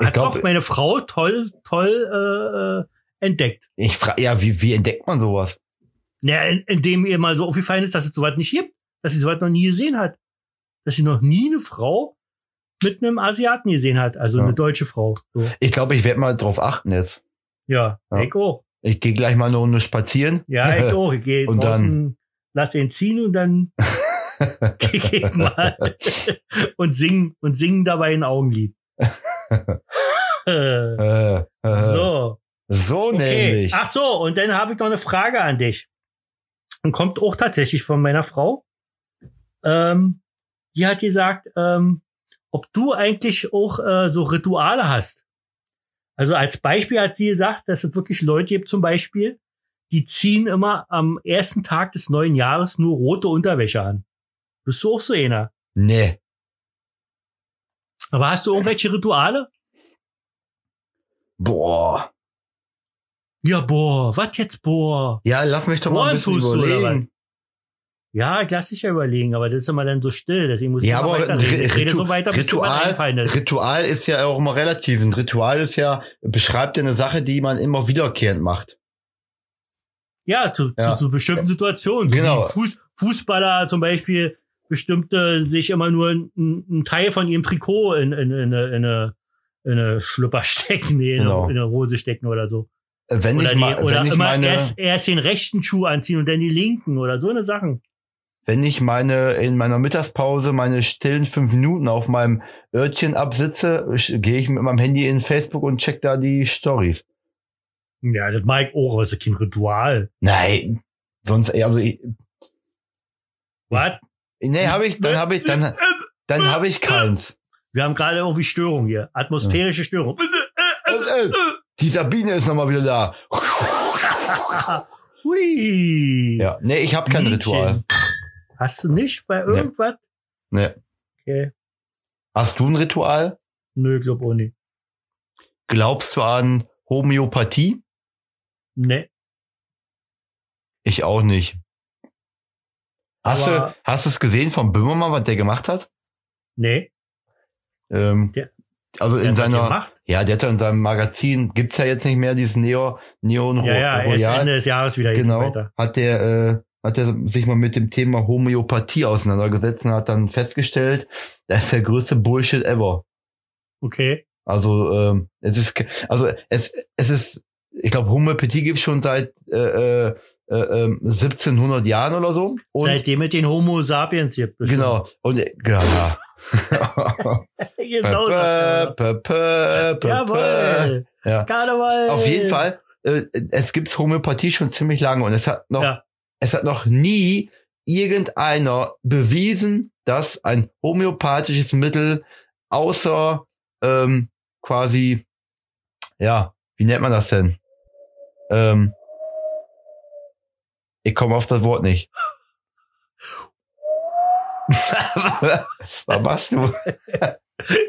Ich
hat
glaub-
doch meine Frau toll, toll äh, äh, entdeckt.
Ich frage, ja, wie, wie entdeckt man sowas?
Naja, in- indem ihr mal so aufgefallen ist, dass es sowas nicht gibt. Dass sie sowas noch nie gesehen hat. Dass sie noch nie eine Frau mit einem Asiaten gesehen hat. Also
Ja.
eine deutsche Frau. So.
Ich glaube, ich werde mal drauf achten jetzt.
Ja,
Ja.
ich auch.
Ich gehe gleich mal eine Runde spazieren.
Ja, ich auch. Ich gehe
Und dann-
draußen, lass ihn ziehen und dann
Äh,
geh ich mal und singen und singen dabei ein Augenlied. Äh,
äh, äh, so,
so. Okay.
nämlich.
Ach so, und dann habe ich noch eine Frage an dich. Und kommt auch tatsächlich von meiner Frau. Ähm, die hat gesagt, ähm, ob du eigentlich auch äh, so Rituale hast. Also als Beispiel hat sie gesagt, dass es wirklich Leute gibt zum Beispiel, die ziehen immer am ersten Tag des neuen Jahres nur rote Unterwäsche an. Bist du auch so einer?
Nee.
Aber hast du irgendwelche Rituale?
Boah.
Ja, boah, was jetzt, boah?
Ja, lass mich doch mal ein bisschen
Ohrentust oder
überlegen.
Ja, ich lass dich ja überlegen, aber das ist immer dann so still, deswegen muss ich
Ja,
immer
aber
weiterreden. Ich
Ri-
rede
Ritu-
so weiter, bis dir was
Ritual,
einfallen ist.
Ritual ist ja auch immer relativ. Ein Ritual ist ja, beschreibt ja eine Sache, die man immer wiederkehrend macht.
Ja, zu,
Ja.
Zu, zu bestimmten Situationen. So
Genau.
wie Fuß, Fußballer zum Beispiel bestimmte sich immer nur einen- einen Teil von ihrem Trikot in, in, in, eine, in, eine, in eine Schlüpper stecken, nee, in,
Genau.
eine, in eine Hose stecken oder so.
Äh, Wenn
Oder,
ich,
die,
mal,
oder
wenn ich
immer
meine,
erst, erst den rechten Schuh anziehen und dann die linken oder so eine Sachen.
wenn ich meine, in meiner Mittagspause meine stillen fünf Minuten auf meinem Örtchen absitze, sch- gehe ich mit meinem Handy in Facebook und check da die Stories.
Ja, das mag ich auch, aber das ist kein Ritual.
Nein. Sonst, ey, also ich,
Was?
nee, habe ich, dann habe ich, dann, dann habe ich keins.
Wir haben gerade irgendwie Störung hier. Atmosphärische Störung.
Äh, äh, Die Sabine ist nochmal wieder da.
Hui.
Ja, nee, ich habe kein
Liedchen.
Ritual.
Hast du nicht bei
Nee.
irgendwas?
Nee.
Okay.
Hast du ein Ritual?
Nö, glaub auch nicht.
Glaubst du an Homöopathie?
Nee.
Ich auch nicht. Hast
Aber-
du, hast du es gesehen von Böhmermann, was der gemacht hat?
Nee.
Ähm,
Der-
also in
Wer hat das
seiner,
gemacht?
ja, der hat ja in seinem Magazin, gibt's ja jetzt nicht mehr, dieses Neo, Neon
Ja, ja, er ist Ende
Royal.
des Jahres wieder jetzt
Genau.
weiter.
Hat der, äh, hat er sich mal mit dem Thema Homöopathie auseinandergesetzt und hat dann festgestellt, das ist der größte Bullshit ever.
Okay.
Also, ähm, es ist, ke- also, es, es ist, ich glaube, Homöopathie gibt's schon seit, äh, äh, äh, äh, 1700 Jahren oder so. Und,
Seitdem mit den Homo sapiens hier.
genau. Und, äh, ja.
genau.
Pö, pö, pö, pö, pö.
Jawohl.
Ja.
Karneval.
Auf jeden äh, Fall, äh, es gibt Homöopathie schon ziemlich lange und es hat noch,
Ja.
es hat noch nie irgendeiner bewiesen, dass ein homöopathisches Mittel außer ähm, quasi, ja, wie nennt man das denn? Ähm, ich komme auf das Wort nicht. Was machst du?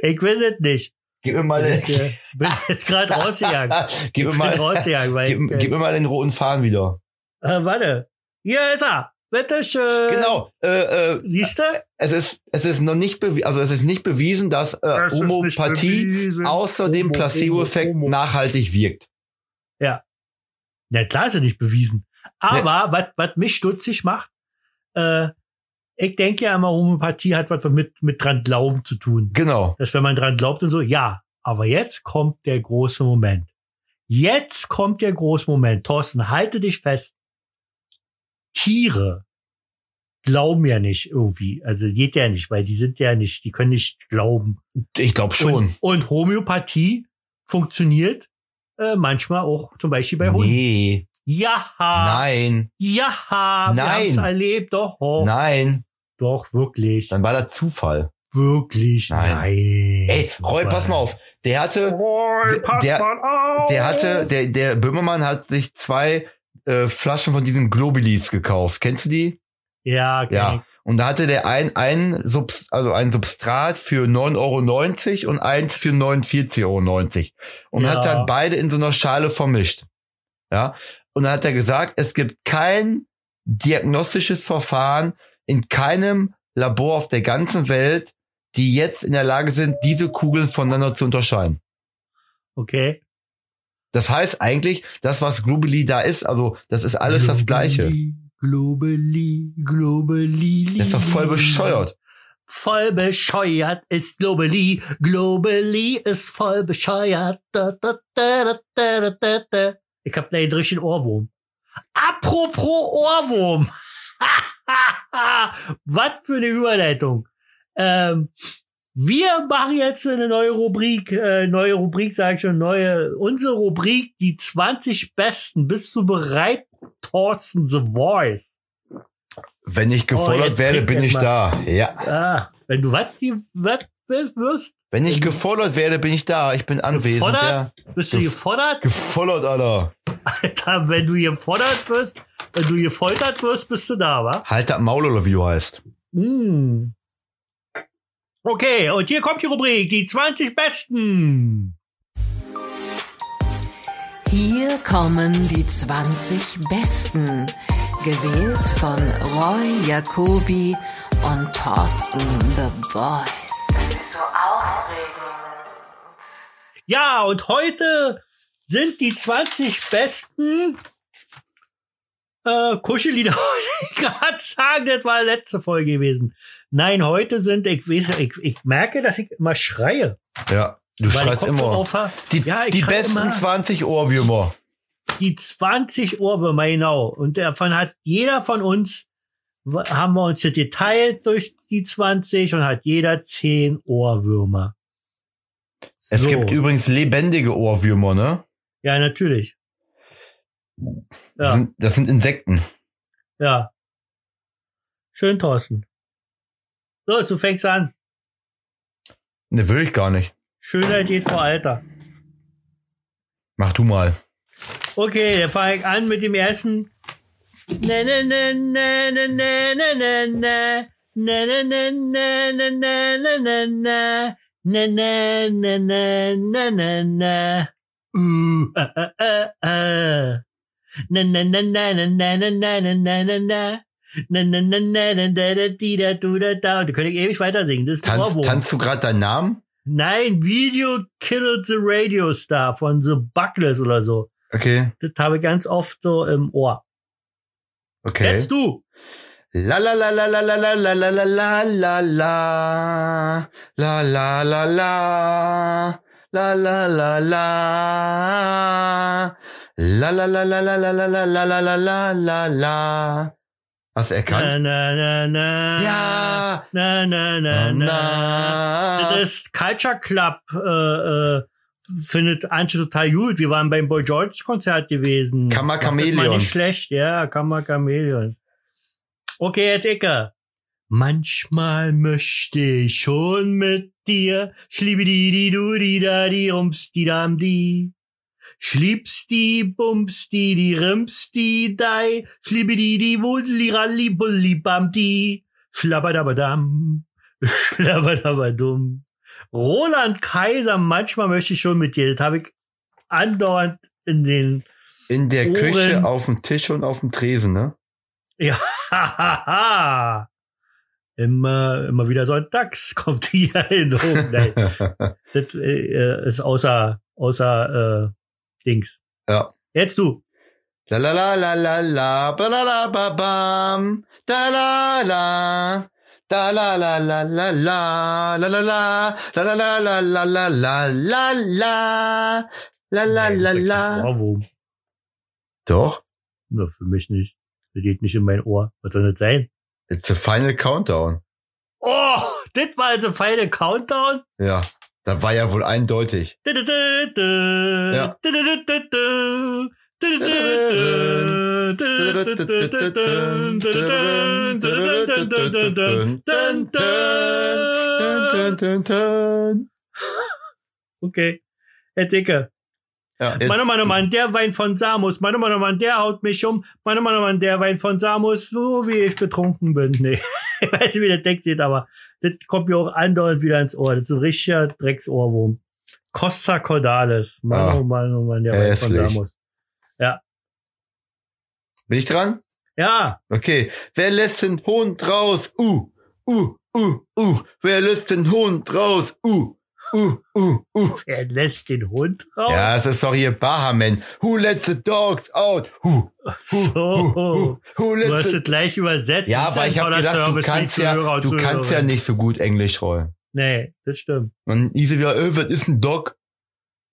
Ich will das nicht.
Gib mir mal
Ich
den,
äh, bin jetzt gerade rausgegangen.
gib mir
Bin
mal,
rausgegangen, weil
gib,
ich,
gib mir mal den roten Faden wieder.
äh, äh, warte. Hier ist er. Bitteschön.
Genau, äh, äh,
Siehst du?
es ist es ist noch nicht bewiesen, also es ist nicht bewiesen, dass äh,
Das ist nicht
Homopathie
bewiesen.
außer dem
Homo,
Placebo-Effekt
Homo, Homo.
nachhaltig wirkt.
Na klar ist er nicht bewiesen. Aber was was mich stutzig macht, äh, ich denke ja immer, Homöopathie hat was mit, mit dran glauben zu tun.
Genau.
dass wenn man dran glaubt und so, ja, aber jetzt kommt der große Moment. Jetzt kommt der große Moment. Thorsten, halte dich fest. Tiere glauben ja nicht irgendwie. Also geht ja nicht, weil die sind ja nicht, die können nicht glauben.
Ich glaube schon.
Und, und Homöopathie funktioniert äh, manchmal auch zum Beispiel bei Hunden.
Nee,
Ja,
nein,
ja, wir
Nein.
haben's erlebt, doch,
nein.
doch, wirklich,
Dann war das Zufall.
wirklich,
Nein.
nein.
Ey, Roy, pass mal auf. Der hatte,
Roy, pass
Der-
mal auf.
der hatte, der, der Böhmermann hat sich zwei äh, Flaschen von diesem Globilis gekauft. Kennst du die?
Ja, okay.
Ja. Und da hatte der ein, ein, Subs, also ein Substrat für 9,90 Euro und eins für 49,90 Euro. Und
Ja.
hat dann beide in so einer Schale vermischt. Ja. Und dann hat er gesagt, es gibt kein diagnostisches Verfahren in keinem Labor auf der ganzen Welt, die jetzt in der Lage sind, diese Kugeln voneinander zu unterscheiden.
Okay.
Das heißt eigentlich, das, was Globuli da ist, also das ist alles das Gleiche.
Globeli, Globeli.
Das ist doch voll bescheuert.
Voll bescheuert ist Globeli. Globeli E ist voll bescheuert. Da, da, da, da, da, da, da. Ich hab da den richtigen Ohrwurm. Apropos Ohrwurm. Was für eine Überleitung. Ähm, wir machen jetzt eine neue Rubrik, äh, neue Rubrik, sage ich schon, neue, unsere Rubrik, die 20 Besten. Bist du bereit, Thorsten The Voice?
Wenn ich
Oh,
gefordert
jetzt
werde,
kriegt
bin
er
ich
mal.
da. Ja.
Ah, wenn du was gewirkt wirst,
Wenn ich gefordert werde, bin ich da. Ich bin anwesend.
Gefordert?
Ja.
bist du
Gef-
gefordert.
Gefordert, Alter.
Alter, wenn du gefordert wirst, wenn du gefoltert wirst, bist du da, wa?
Halt das Maul oder wie du heißt.
Mm. Okay, und hier kommt die Rubrik, die 20 Besten.
Hier kommen die 20 Besten, gewählt von Roy Jacobi und Thorsten The Voice.
So aufregend.
Ja, und heute sind die 20 besten äh, Kuschellieder. Wollte ich gerade sagen, das war letzte Folge gewesen. Nein, heute sind, ich weiß, ich, ich merke, dass ich immer schreie.
Ja. Du
weil
schreist
ich Kopfhörer
immer.
auf habe.
Die,
ja, ich
die
schreie
besten
immer
20 Ohrwürmer.
die 20 Ohrwürmer, genau. Und davon hat jeder von uns, w- haben wir uns das geteilt durch die 20 und hat jeder 10 Ohrwürmer.
Es
So.
gibt übrigens lebendige Ohrwürmer, ne?
Ja, natürlich. Ja.
Das, sind, das sind Insekten.
Ja. Schön, Thorsten. So, du fängst an.
Ne, will ich gar nicht.
Schönheit geht vor Alter.
Mach du mal.
Okay, dann fange ich an mit dem ersten. Ne, ne, ne, ne, ne, ne, ne, ne, ne. Ne, ne, ne, ne, ne, ne, ne, ne, ne. Ne, ne, ne, ne, ne, ne, ne. Uh, äh, äh, äh, äh. Ne, ne, ne, ne, ne, ne, ne, ne, ne, ne, ne, ne. Ne, ne, ne, ne, ne, da, da, di, da, du, da, da. Und da könnte ich ewig weiter singen. Das ist ein
Tanz,
Ohrwurm.
tanzt du gerade deinen Namen?
Nein, Video Killed the Radio Star von The Buckless oder so.
Okay.
Das habe ich ganz oft so im Ohr.
Okay.
Jetzt du.
La la la la la la la la la la la la la la la la la la la la la la la la la la la la la la la la la la la Hast du
Na,
erkannt?
na, na, na.
Ja. Oh,
Na, na, na, na. Das
Na.
ist Culture Club, äh, äh, findet Anche total gut. Wir waren beim Boy George Konzert gewesen.
Kammer
Das ist mal
Chamäleon.
nicht schlecht, ja, Kammer Chameleon. Okay, jetzt Ecke. Manchmal möchte ich schon mit dir schliebidi di du di da di rums di dam di. Schliebs die bums die die rims die dei schliebidi di wudli ralli bulli bam di schlabberdabadam schlabberdabadum. Roland Kaiser, manchmal möchte ich schon mit dir. Das habe ich andauernd in den
In der
Ohren.
Küche, auf dem Tisch und auf dem Tresen, ne?
Ja, immer, immer wieder sonntags kommt die hier hin. Oh, nein. Das äh, ist außer, außer äh, Dings.
Ja.
Jetzt du.
La la la la la la ba la la ba bam da la la da la la la la la la la la la la la la la la la la la la la
Nein,
la
das ist
la
kein Ohrwurm.
Doch,
Na, für mich nicht. Das geht nicht in mein Ohr. Was soll das sein?
it's the final countdown.
Oh, das war also feine Countdown.
Ja, da war ja wohl eindeutig.
Du, du, du, du.
Ja.
Du, du, du, du, du. Du, du, du, du. Du, du, du, du, du, du. Du, du, du, du, du, du, du. Dun, dun. Okay. Jetzt Ecke.
Ja, jetzt-
Mann, oh Mann, oh Mann, der Wein von Samus. Mann, oh Mann, oh Mann, der haut mich um. Mann, oh Mann, oh Mann, der Wein von Samus, so wie ich betrunken bin. Nee, ich weiß nicht, wie der Text geht, aber das kommt mir auch andauernd wieder ins Ohr. Das ist ein richtiger Drecksohrwurm. Costa Cordalis. Mann,
Ah.
oh Mann, oh Mann, der Wein von
Hässlich.
Samus.
Bin ich dran?
Ja,
Okay. Wer lässt den Hund raus? Uh, uh, uh, uh. Wer lässt den Hund raus? Uh, uh, uh, uh.
er lässt den Hund raus.
Ja, es ist doch hier Bahaman. Who let the dogs out? Who, who, who,
so.
who, who
Oh, Du
let
hast
the...
es gleich übersetzt.
Ja,
Das ist
aber
ein
ich habe
toller
gedacht, du
Service,
kannst
die Zuhörer
ja,
und
du kannst ja
Zuhörerinnen.
nicht so gut Englisch rollen.
Nee, das stimmt.
Und Ise wieder, öh, was ist ein Dog?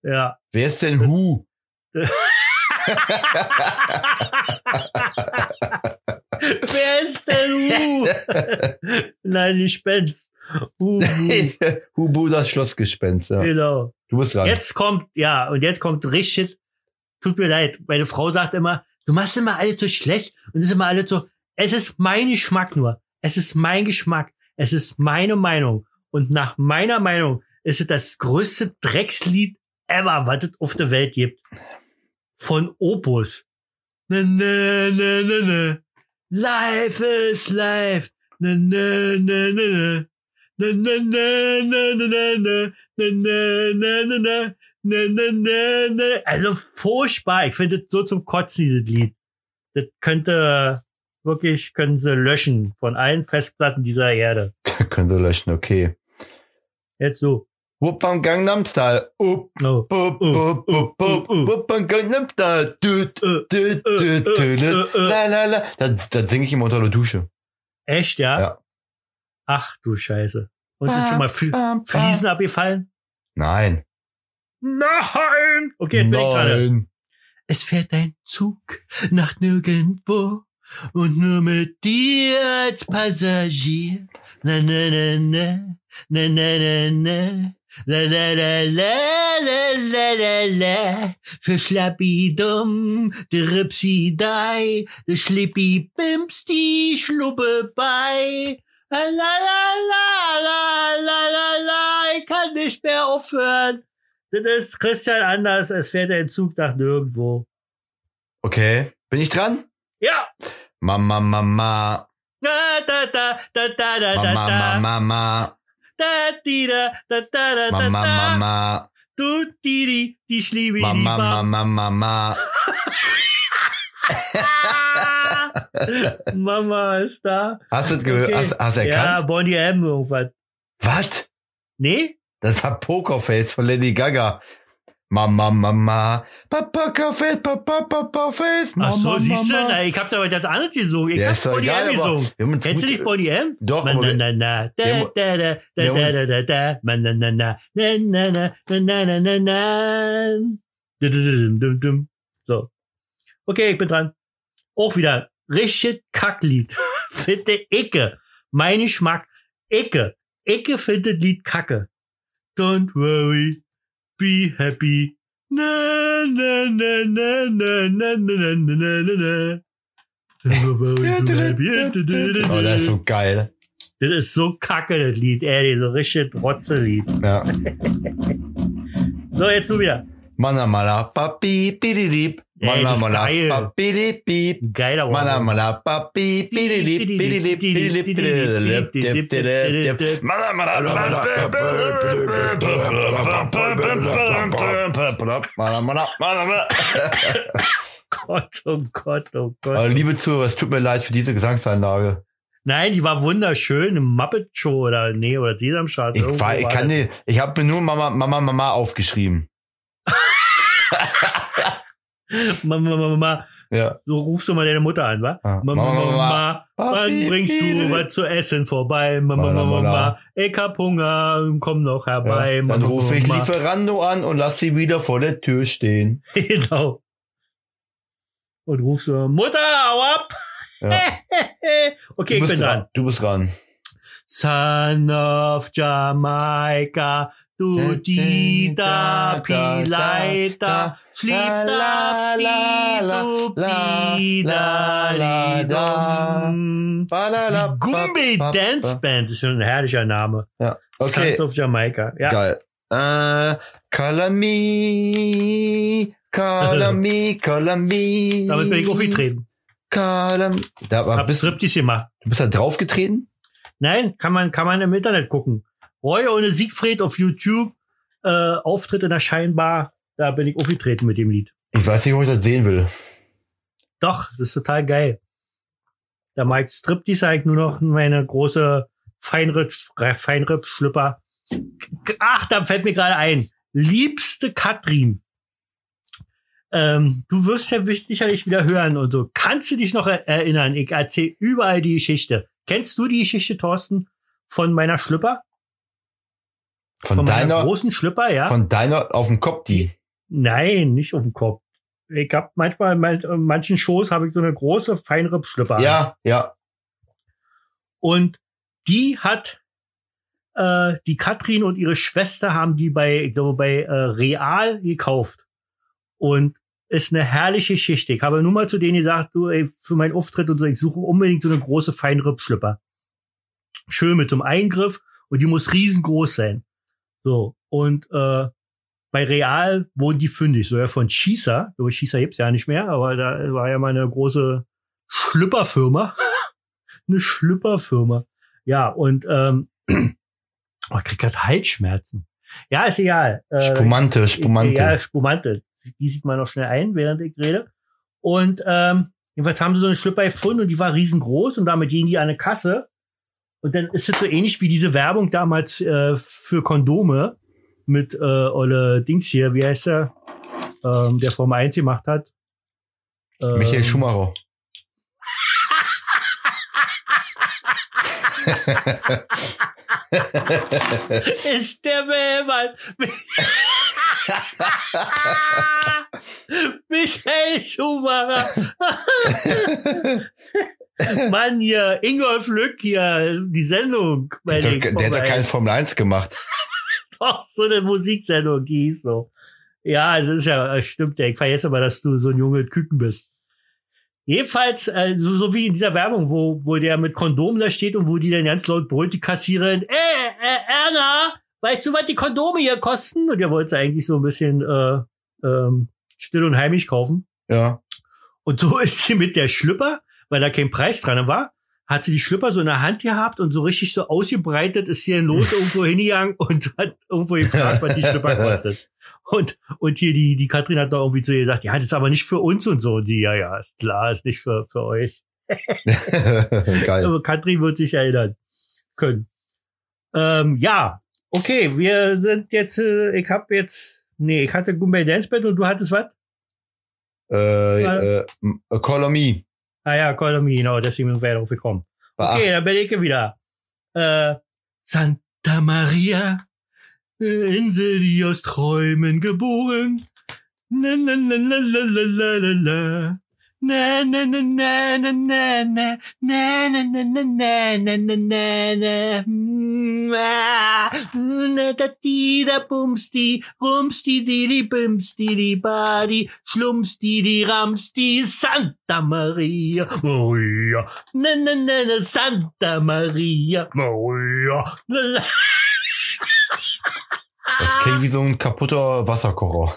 Ja.
Wer ist denn Who?
Wer ist denn Hu? Nein, ich spin's. Hu, Hu.
Who Buddha Schlossgespenst, ja.
Genau.
Du bist dran.
Jetzt kommt, ja, und jetzt kommt richtig, tut mir leid, meine Frau sagt immer, du machst immer alles so schlecht und es ist immer alles so, es ist mein Geschmack nur. Es ist mein Geschmack. Es ist meine Meinung. Und nach meiner Meinung ist es das größte Dreckslied ever, was es auf der Welt gibt. Von Opus. Ne, ne, ne, ne, ne. Life is life. Ne, ne, ne, ne, ne. Ne, ne, ne, ne, ne, ne, ne. Ne, ne, ne, ne, ne. Ne, ne, ne, ne. Also furchtbar. Ich finde das so zum Kotzen, dieses Lied. Das könnte wirklich, können sie löschen von allen Festplatten dieser Erde.
Könnt ihr löschen, okay.
Jetzt so. Oh.
Wuppan Gangnam Style. Up,
No.
Bup, bup,
Oh.
bup, bup,
Mm,
bup, bup, Gangnam Style. Du, du, du,
Äh,
du, du, du. La, la, la. Das, das singe ich immer unter der Dusche.
Echt, ja?
Ja. Ah.
Ach du Scheiße. Und sind schon mal Fl
Bam, bam.
Fliesen abgefallen?
Nein.
Nein! Okay, jetzt bin ich gerade.
Nein.
Es fährt ein Zug nach nirgendwo und nur mit dir als Passagier. Na na na na na na na na la la la la la la la la für schlappi dumm de ripsi dai de schlippi bimps die schluppe bei la la la la la la la ich kann nicht mehr aufhören das ist Christian anders es fährt ein Zug nach nirgendwo
Okay. Bin ich dran?
ja
Mama, Mama.
Da, da, da, da, da, da, da,
Mama,
da.
Mama, Mama.
Da, di, da, da, da, da,
Mama,
da, da.
Mama.
Du, di, di, die Schliebe, die
Mama,
Bam.
Mama, Mama.
Ah, Mama ist da.
Hast du das gehört?
Okay.
Hast, hast du
Ja,
erkannt?
Bonnie M. irgendwas.
Was?
Nee?
Das war Pokerface von Lady Gaga. Mama, Mama. Pa- Pokerface, pa- pa- Pokerface. Mama,
Ach so, siehst du?
Mama.
Na, Ich hab da ganz anderes gesungen. Ich
Ja,
hab
ist doch
Bonnie
egal,
M.
aber
gesungen.
wir haben uns
Kennst du
gut-
nicht Bonnie M?
Doch,
Man,
aber
na,
wir-
na, na,
wir
da,
haben-
da, da, da,
wir
da,
haben-
da, da, da, man, na, na, na, na, na, na, na, na, na, na, na. Dum, dum, dum, dum. So. Okay, ich bin dran. Auch wieder richtig Kacklied. Finde Icke. Mein Geschmack. Icke. Icke findet Lied Kacke. Don't worry. Be happy. Na, na, na, na, na, na, na, na, na, na, na.
Oh, das ist
Das
so geil.
ist so kacke, das Lied, ey, so richtig Rotzelied.
Ja.
So, jetzt du wieder.
Mana mala papi pididip.
Ey, das
Mana
ist
mala
geil.
papi dip.
Geiler
Mana
Wahnsinn.
mala papi pididip pididip pididip pididip dip dip dip. Mana mala Mana mala mana mala.
Gott, oh Gott, oh Gott.
Äh, Liebe Zuhörer, es tut mir leid für diese Gesangseinlage.
Nein, die war wunderschön. Eine Muppet Show oder nee, oder Sesamstraße.
Ich,
irgendwo
war, ich kann
das.
nicht, ich habe mir nur Mama Mama Mama aufgeschrieben.
Mama, Mama, Mama,
Ja.
so rufst du mal deine Mutter an, wa?
Ja.
Mama, Mama, Mama, wann
Papi,
bringst du
Pididip.
was zu essen vorbei? Mama,
Mama,
Mama, Mama,
Mama.
ich hab Hunger, komm noch herbei.
Ja,
Mama,
dann rufe ich
Mama.
Lieferando an und lass sie wieder vor der Tür stehen.
Genau. Und rufst so, Mutter, hau ab!
Ja.
okay,
du
ich
bist
bin dran.
Du bist dran.
Son of Jamaika, du die da Pileita, schlieb da Pi, du Pi da Lidum. Die Gumbi Dance Band ist schon ein herrlicher Name.
Ja. Okay,
Sons of Jamaika. Ja.
geil. Äh, Kalami, Kalami, Kalami.
Damit bin ich aufgetreten.
Kalami. Da, aber
Hab
bist, du
Striptease gemacht.
bist da draufgetreten?
Nein, kann man, kann man im Internet gucken. Roy ohne Siegfried auf YouTube, äh, Auftritt in der Scheinbar, da bin ich aufgetreten mit dem Lied.
Ich weiß nicht, ob ich das sehen will.
Doch, das ist total geil. Da mag ich Striptease eigentlich nur noch meine große Feinripp- äh, Feinripp-Schlüpper. Ach, da fällt mir gerade ein. Liebste Katrin. Ähm, du wirst ja wis- sicherlich wieder hören und so. Kannst du dich noch er- erinnern? Ich erzähle überall die Geschichte. Kennst du die Geschichte, Thorsten, von meiner Schlüpper?
Von,
Von meiner
deiner,
großen Schlüpper, ja?
von deiner auf dem Kopf die.
Nein, nicht auf dem Kopf. Ich habe manchmal, man- in manchen Shows habe ich so eine große Feinripp-Schlüpper. an.
Ja, ja.
Und die hat, äh, die Katrin und ihre Schwester haben die bei, ich glaube, bei äh, Real gekauft. Und ist eine herrliche Geschichte. Ich habe nur mal zu denen gesagt, du, ey, für meinen Auftritt und so, ich suche unbedingt so eine große Feinripp-Schlüpper. Schön mit so einem Eingriff und die muss riesengroß sein. So, und äh, bei Real wurden die fündig, so ja von Schießer, aber Schießer gibt's ja nicht mehr, aber da war ja mal eine große Schlüpperfirma. eine Schlüpperfirma. Ja, und ähm, oh, ich krieg grad Halsschmerzen. Ja, ist egal. Äh,
Spumante,
ja,
Spumante.
Spumante. Die sieht man noch schnell ein, während ich rede. Und ähm, jedenfalls haben sie so eine Schlüpper gefunden und die war riesengroß und damit gehen die an eine Kasse. Und dann ist es so ähnlich wie diese Werbung damals äh, für Kondome mit äh, Olle Dings hier, wie heißt er, ähm, der Formel 1 gemacht hat. Ähm,
Michael Schumacher.
ist der Mann. Michael Schumacher. Mann, hier, Ingolf Lück hier, die Sendung.
Der hat, doch-
meine ich,
der hat doch
vorbei.
keine Formel 1 gemacht.
Doch, so eine Musiksendung, die hieß so. Ja, das ist ja, äh, stimmt, ja. ich vergesse mal, dass du so ein Junge Küken bist. Jedenfalls, äh, so, so wie in dieser Werbung, wo, wo der mit Kondom da steht und wo die dann ganz laut Brötchen kassieren, äh, äh, Erna, weißt du, was die Kondome hier kosten? Und der wollte sie eigentlich so ein bisschen äh, ähm, still und heimisch kaufen.
Ja.
Und so ist sie mit der Schlüpper, weil da kein Preis dran war, hat sie die Schlüpper so in der Hand gehabt und so richtig so ausgebreitet, ist hier los irgendwo hingegangen und hat irgendwo gefragt, was die Schlüpper kostet. Und, und hier die, die Katrin hat noch irgendwie zu ihr gesagt, ja, das ist aber nicht für uns und so. Und sie, ja, ja, ist klar, ist nicht für, für euch.
Geil.
Aber Katrin wird sich erinnern können. Ähm, ja, okay, wir sind jetzt, äh, ich habe jetzt, nee, ich hatte Gumbay Danceband und du hattest was?
Äh, äh, m- äh, Colomy.
Ah ja, Call Me, genau, deswegen sind wir darauf gekommen.
War
Okay, dann bin ich wieder. Äh, Santa Maria, äh, Insel, die aus Träumen geboren. Na, na, na, na, la, la, la, la, la. Na, na, na, na, na, na, na. Na, na, na, na, na, na, na, na, na. Mm, Na, da, di, da, bums, di, rums, di, di, di, bims, di, di, ba, di, schlumps, di, di, rams, di, Santa Maria, Maria, na, na, na, na, ne, Santa Maria, Maria, Ne, na, na.
Das klingt wie so ein kaputter Wasserkocher.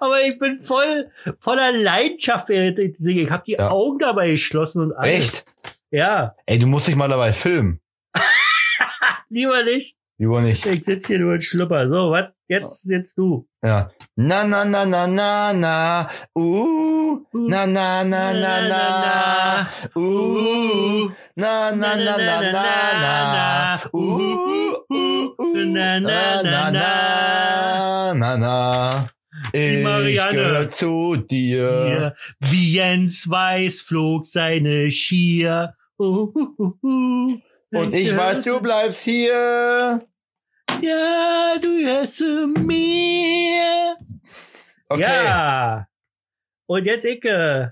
Aber ich bin voll, voller Leidenschaft während ich singe. Ich habe die
Ja.
Augen dabei geschlossen und alles.
Echt?
Ja,
Ey, du musst dich mal dabei filmen.
lieber nicht.
Lieber nicht.
Ich sitze hier nur ein Schlupper. So, was? Jetzt, jetzt du.
Ja. Na, na, na, na, na, na. Uh. Na, na, na, na, na. Uh. Na, na, na, na, na, na. Uh. uh, uh.
Na, na, na,
na,
na.
na, na. Ich
Marianne.
gehör zu dir.
Hier. Wie Jens Weiß flog seine Schier. Uh, uh, uh, uh.
Und ich weiß, du bleibst hier.
Ja, du hörst zu mir.
Okay.
Ja. Und jetzt ich. äh,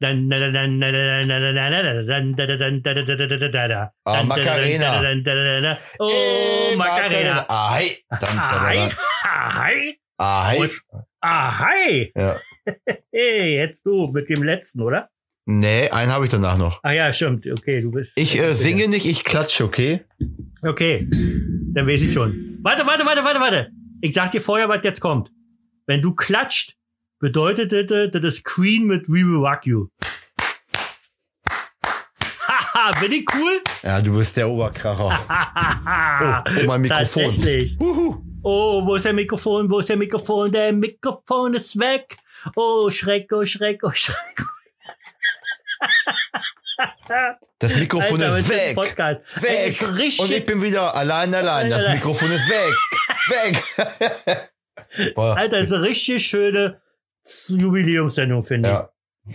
dann, dann, dann, dann, dann, dann, dann, dann, dann, dann, dann, dann, dann, dann, dann, dann, dann.
Ah,
Dann,
Macarena.
dann, dann, dann, dann, dann. Oh,
Ey,
Macarena.
Ahai. Dann,
Ahai,
dann,
ahai,
Ahai.
Und- ahai.
Ja.
Hey, jetzt du mit dem letzten, oder?
Nee, einen habe ich danach noch.
Ah ja, stimmt. Okay, du bist.
Ich äh, singe nicht, ich klatsche, okay?
Okay, dann weiß ich schon. Warte, warte, warte, warte, warte. Ich sag dir vorher, was jetzt kommt. Wenn du klatscht, bedeutet das, das ist Queen mit We Will Rock You. Haha, bin ich cool?
Ja, du bist der Oberkracher.
Haha.
Oh, oh, mein Mikrofon.
Tatsächlich.
Huhu.
Oh, wo ist der Mikrofon? Wo ist der Mikrofon? Der Mikrofon ist weg. Oh, Schreck, oh, Schreck, oh, Schreck.
Das Mikrofon
Alter,
ist
was ein
weg.
Podcast. Ey,
Weg.
Ist richtig.
Und ich bin wieder allein, allein. Das
Alter.
Mikrofon ist weg. weg. Boah,
Alter, ist eine richtig schöne Jubiläumssendung, finde ich.
ja,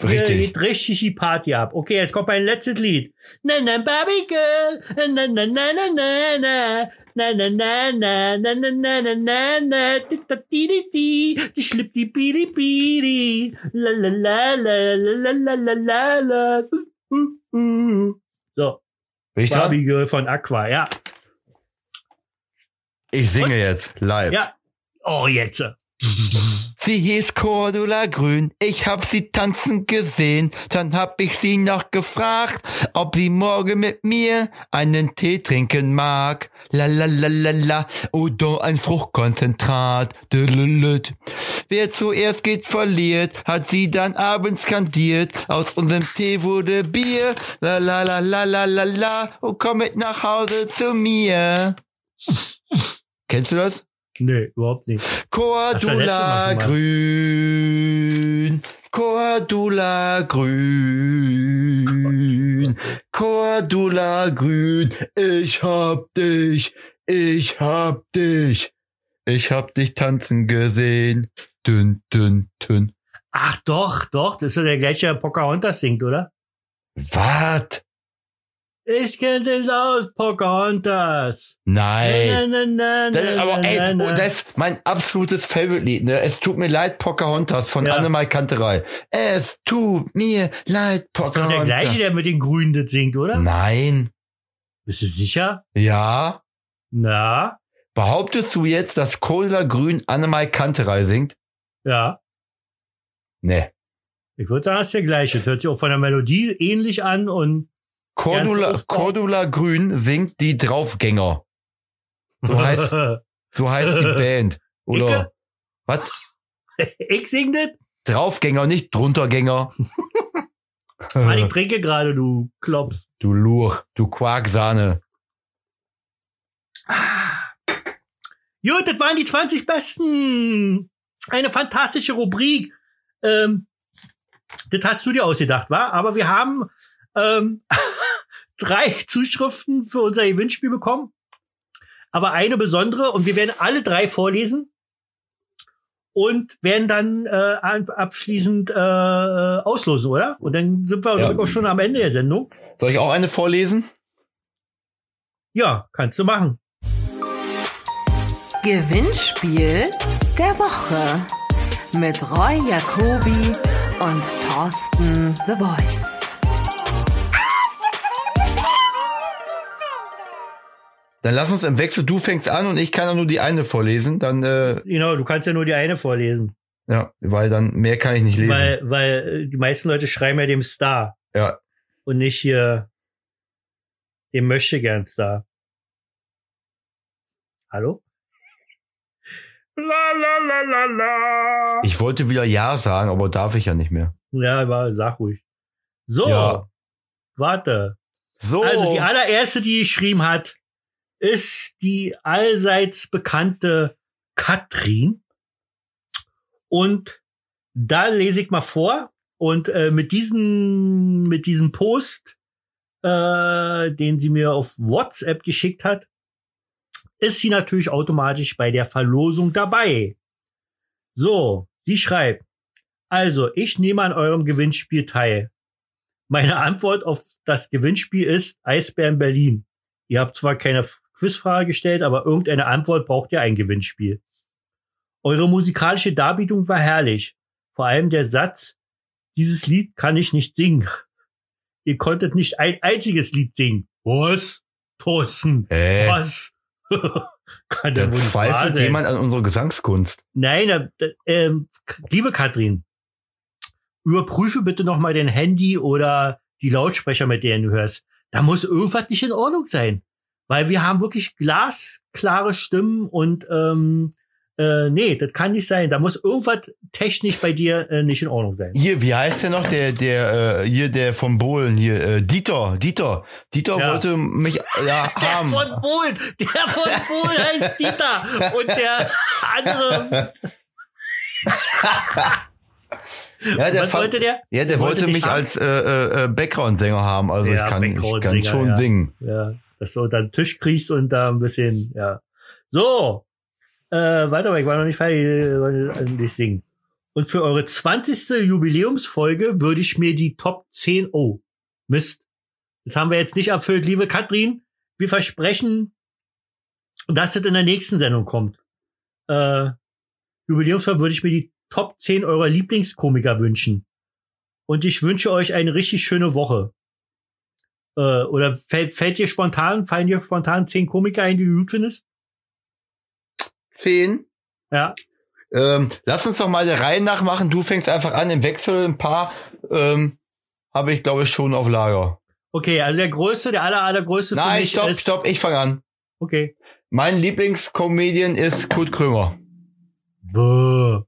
Hier
richtig.
geht richtig die Party ab. Okay, jetzt kommt mein letztes Lied. Na na Barbie Girl, na na na na na na. Na na na na na na na na na na Di, da, di di di die schlippt die biri biri la la la la la la la la la Uh, uh, uh. So
Bin ich dran?
Barbie Girl von Aqua ja
Ich singe jetzt live.
ja oh jetzt
Sie hieß Cordula Grün, ich hab sie tanzen gesehen, dann hab ich sie noch gefragt, ob sie morgen mit mir einen Tee trinken mag. La la la la la, oder ein Fruchtkonzentrat. Düdelüt. Wer zuerst geht, verliert, hat sie dann abends skandiert, aus unserem Tee wurde Bier. La la la la la la la, oh komm mit nach Hause zu mir. Kennst du das?
nee überhaupt nicht Hast du ja letztes
Cordula
Mal schon mal.
grün, Cordula grün, Cordula grün, ich hab dich, ich hab dich, ich hab dich tanzen gesehen. Dünn, dünn, dünn.
ach doch doch das ist ja der gleiche der Pocahontas singt oder
Was?
Ich kenne den aus Pocahontas.
Nein.
Na, na, na,
Das ist
na,
aber,
na,
ey,
na,
oh,
na.
das ist mein absolutes Favorite-Lied, ne? Es tut mir leid, Pocahontas von
Ja.
Annemal Kanterei. Es tut mir leid,
ist doch
Pocahontas.
der gleiche, der mit den Grünen das singt, oder?
Nein.
Bist du sicher?
Ja.
Na,
Behauptest du jetzt, dass Cola Grün Annemal Kanterei singt?
ja.
Nee.
Ich würde sagen, das ist der gleiche. Das hört sich auch von der Melodie ähnlich an und
Cordula,
Ganz oft-
Cordula Grün singt die Draufgänger. So heißt, so heißt die Band. Oder was?
ich sing das?
Draufgänger, nicht druntergänger.
Mann, Ah, ich trinke gerade, du Klops.
du Lurch, du Quarksahne.
Gut, das waren die 20 Besten. Eine fantastische Rubrik. Ähm, das hast du dir ausgedacht, war? Aber wir haben ähm, drei Zuschriften für unser Gewinnspiel bekommen. Aber eine besondere und wir werden alle drei vorlesen und werden dann äh, ab- abschließend äh, auslosen, oder? Und dann sind wir glaub ich, auch schon am Ende der Sendung.
Soll ich auch eine vorlesen?
Ja, kannst du machen.
Gewinnspiel der Woche mit Roy Jacobi und Thorsten The Voice.
Dann lass uns im Wechsel, du fängst an und ich kann dann nur die eine vorlesen. Dann, äh,
Genau, du kannst ja nur die eine vorlesen.
ja, weil dann mehr kann ich nicht lesen.
Weil, weil äh, die meisten Leute schreiben ja dem Star.
Ja.
Und nicht hier dem möchte gern Star. Hallo? La la la la la.
ich wollte wieder Ja sagen, aber darf ich ja nicht mehr.
Ja, war, sag ruhig. So,
Ja.
warte.
So.
Also die allererste, die geschrieben hat, ist die allseits bekannte Katrin. Und da lese ich mal vor. Und äh, mit diesem mit diesem Post, äh, den sie mir auf WhatsApp geschickt hat, ist sie natürlich automatisch bei der Verlosung dabei. So, sie schreibt. Also, ich nehme an eurem Gewinnspiel teil. Meine Antwort auf das Gewinnspiel ist Eisbären Berlin. Ihr habt zwar keine Quizfrage gestellt, aber irgendeine Antwort braucht ihr ein Gewinnspiel. Eure musikalische Darbietung war herrlich. Vor allem der Satz, dieses Lied kann ich nicht singen. Ihr konntet nicht ein einziges Lied singen. Was? Thorsten,
Äh.
was? kann
Da
der wohl nicht wahr
zweifelt
sein.
jemand an unserer Gesangskunst.
Nein, da- da- ähm, k- liebe Katrin, überprüfe bitte nochmal dein Handy oder die Lautsprecher, mit denen du hörst. Da muss irgendwas nicht in Ordnung sein. Weil wir haben wirklich glasklare Stimmen und ähm, äh, nee, das kann nicht sein. Da muss irgendwas technisch bei dir äh, nicht in Ordnung sein.
Hier, wie heißt der noch? Der, der, äh, hier, der vom Bohlen, hier, äh, Dieter, Dieter. Dieter
Ja.
wollte mich, ja,
Der
haben.
von Bohlen, der von Bohlen heißt Dieter und der andere,
ja, der
was
fand-
wollte der?
Ja, der wollte,
dich
mich
haben.
als äh, äh, äh, Background-Sänger haben. Also
Ja,
ich kann, ich
Background-Sänger,
kann schon
ja.
singen.
Ja, dass du unter den Tisch kriegst und da ein bisschen, ja. So, äh, warte mal, ich war noch nicht fertig, äh, wollte nicht singen. Und für eure 20. Jubiläumsfolge würde ich mir die Top 10, oh, Mist. Das haben wir jetzt nicht erfüllt, liebe Katrin. Wir versprechen, dass das in der nächsten Sendung kommt. Äh, Jubiläumsfolge würde ich mir die Top 10 eurer Lieblingskomiker wünschen. Und ich wünsche euch eine richtig schöne Woche äh, oder fällt, fällt dir spontan, fallen dir spontan zehn Komiker ein, die du gut findest?
Zehn.
Ja.
Ähm, lass uns doch mal der Reihe nach machen. Du fängst einfach an im Wechsel. Ein paar ähm, habe ich, glaube ich, schon auf Lager.
Okay, also der größte, der aller, allergrößte für
Nein,
mich
stopp,
ist,
stopp, ich fange an.
okay.
Mein Lieblingscomedian ist Kurt Krömer.
Buh.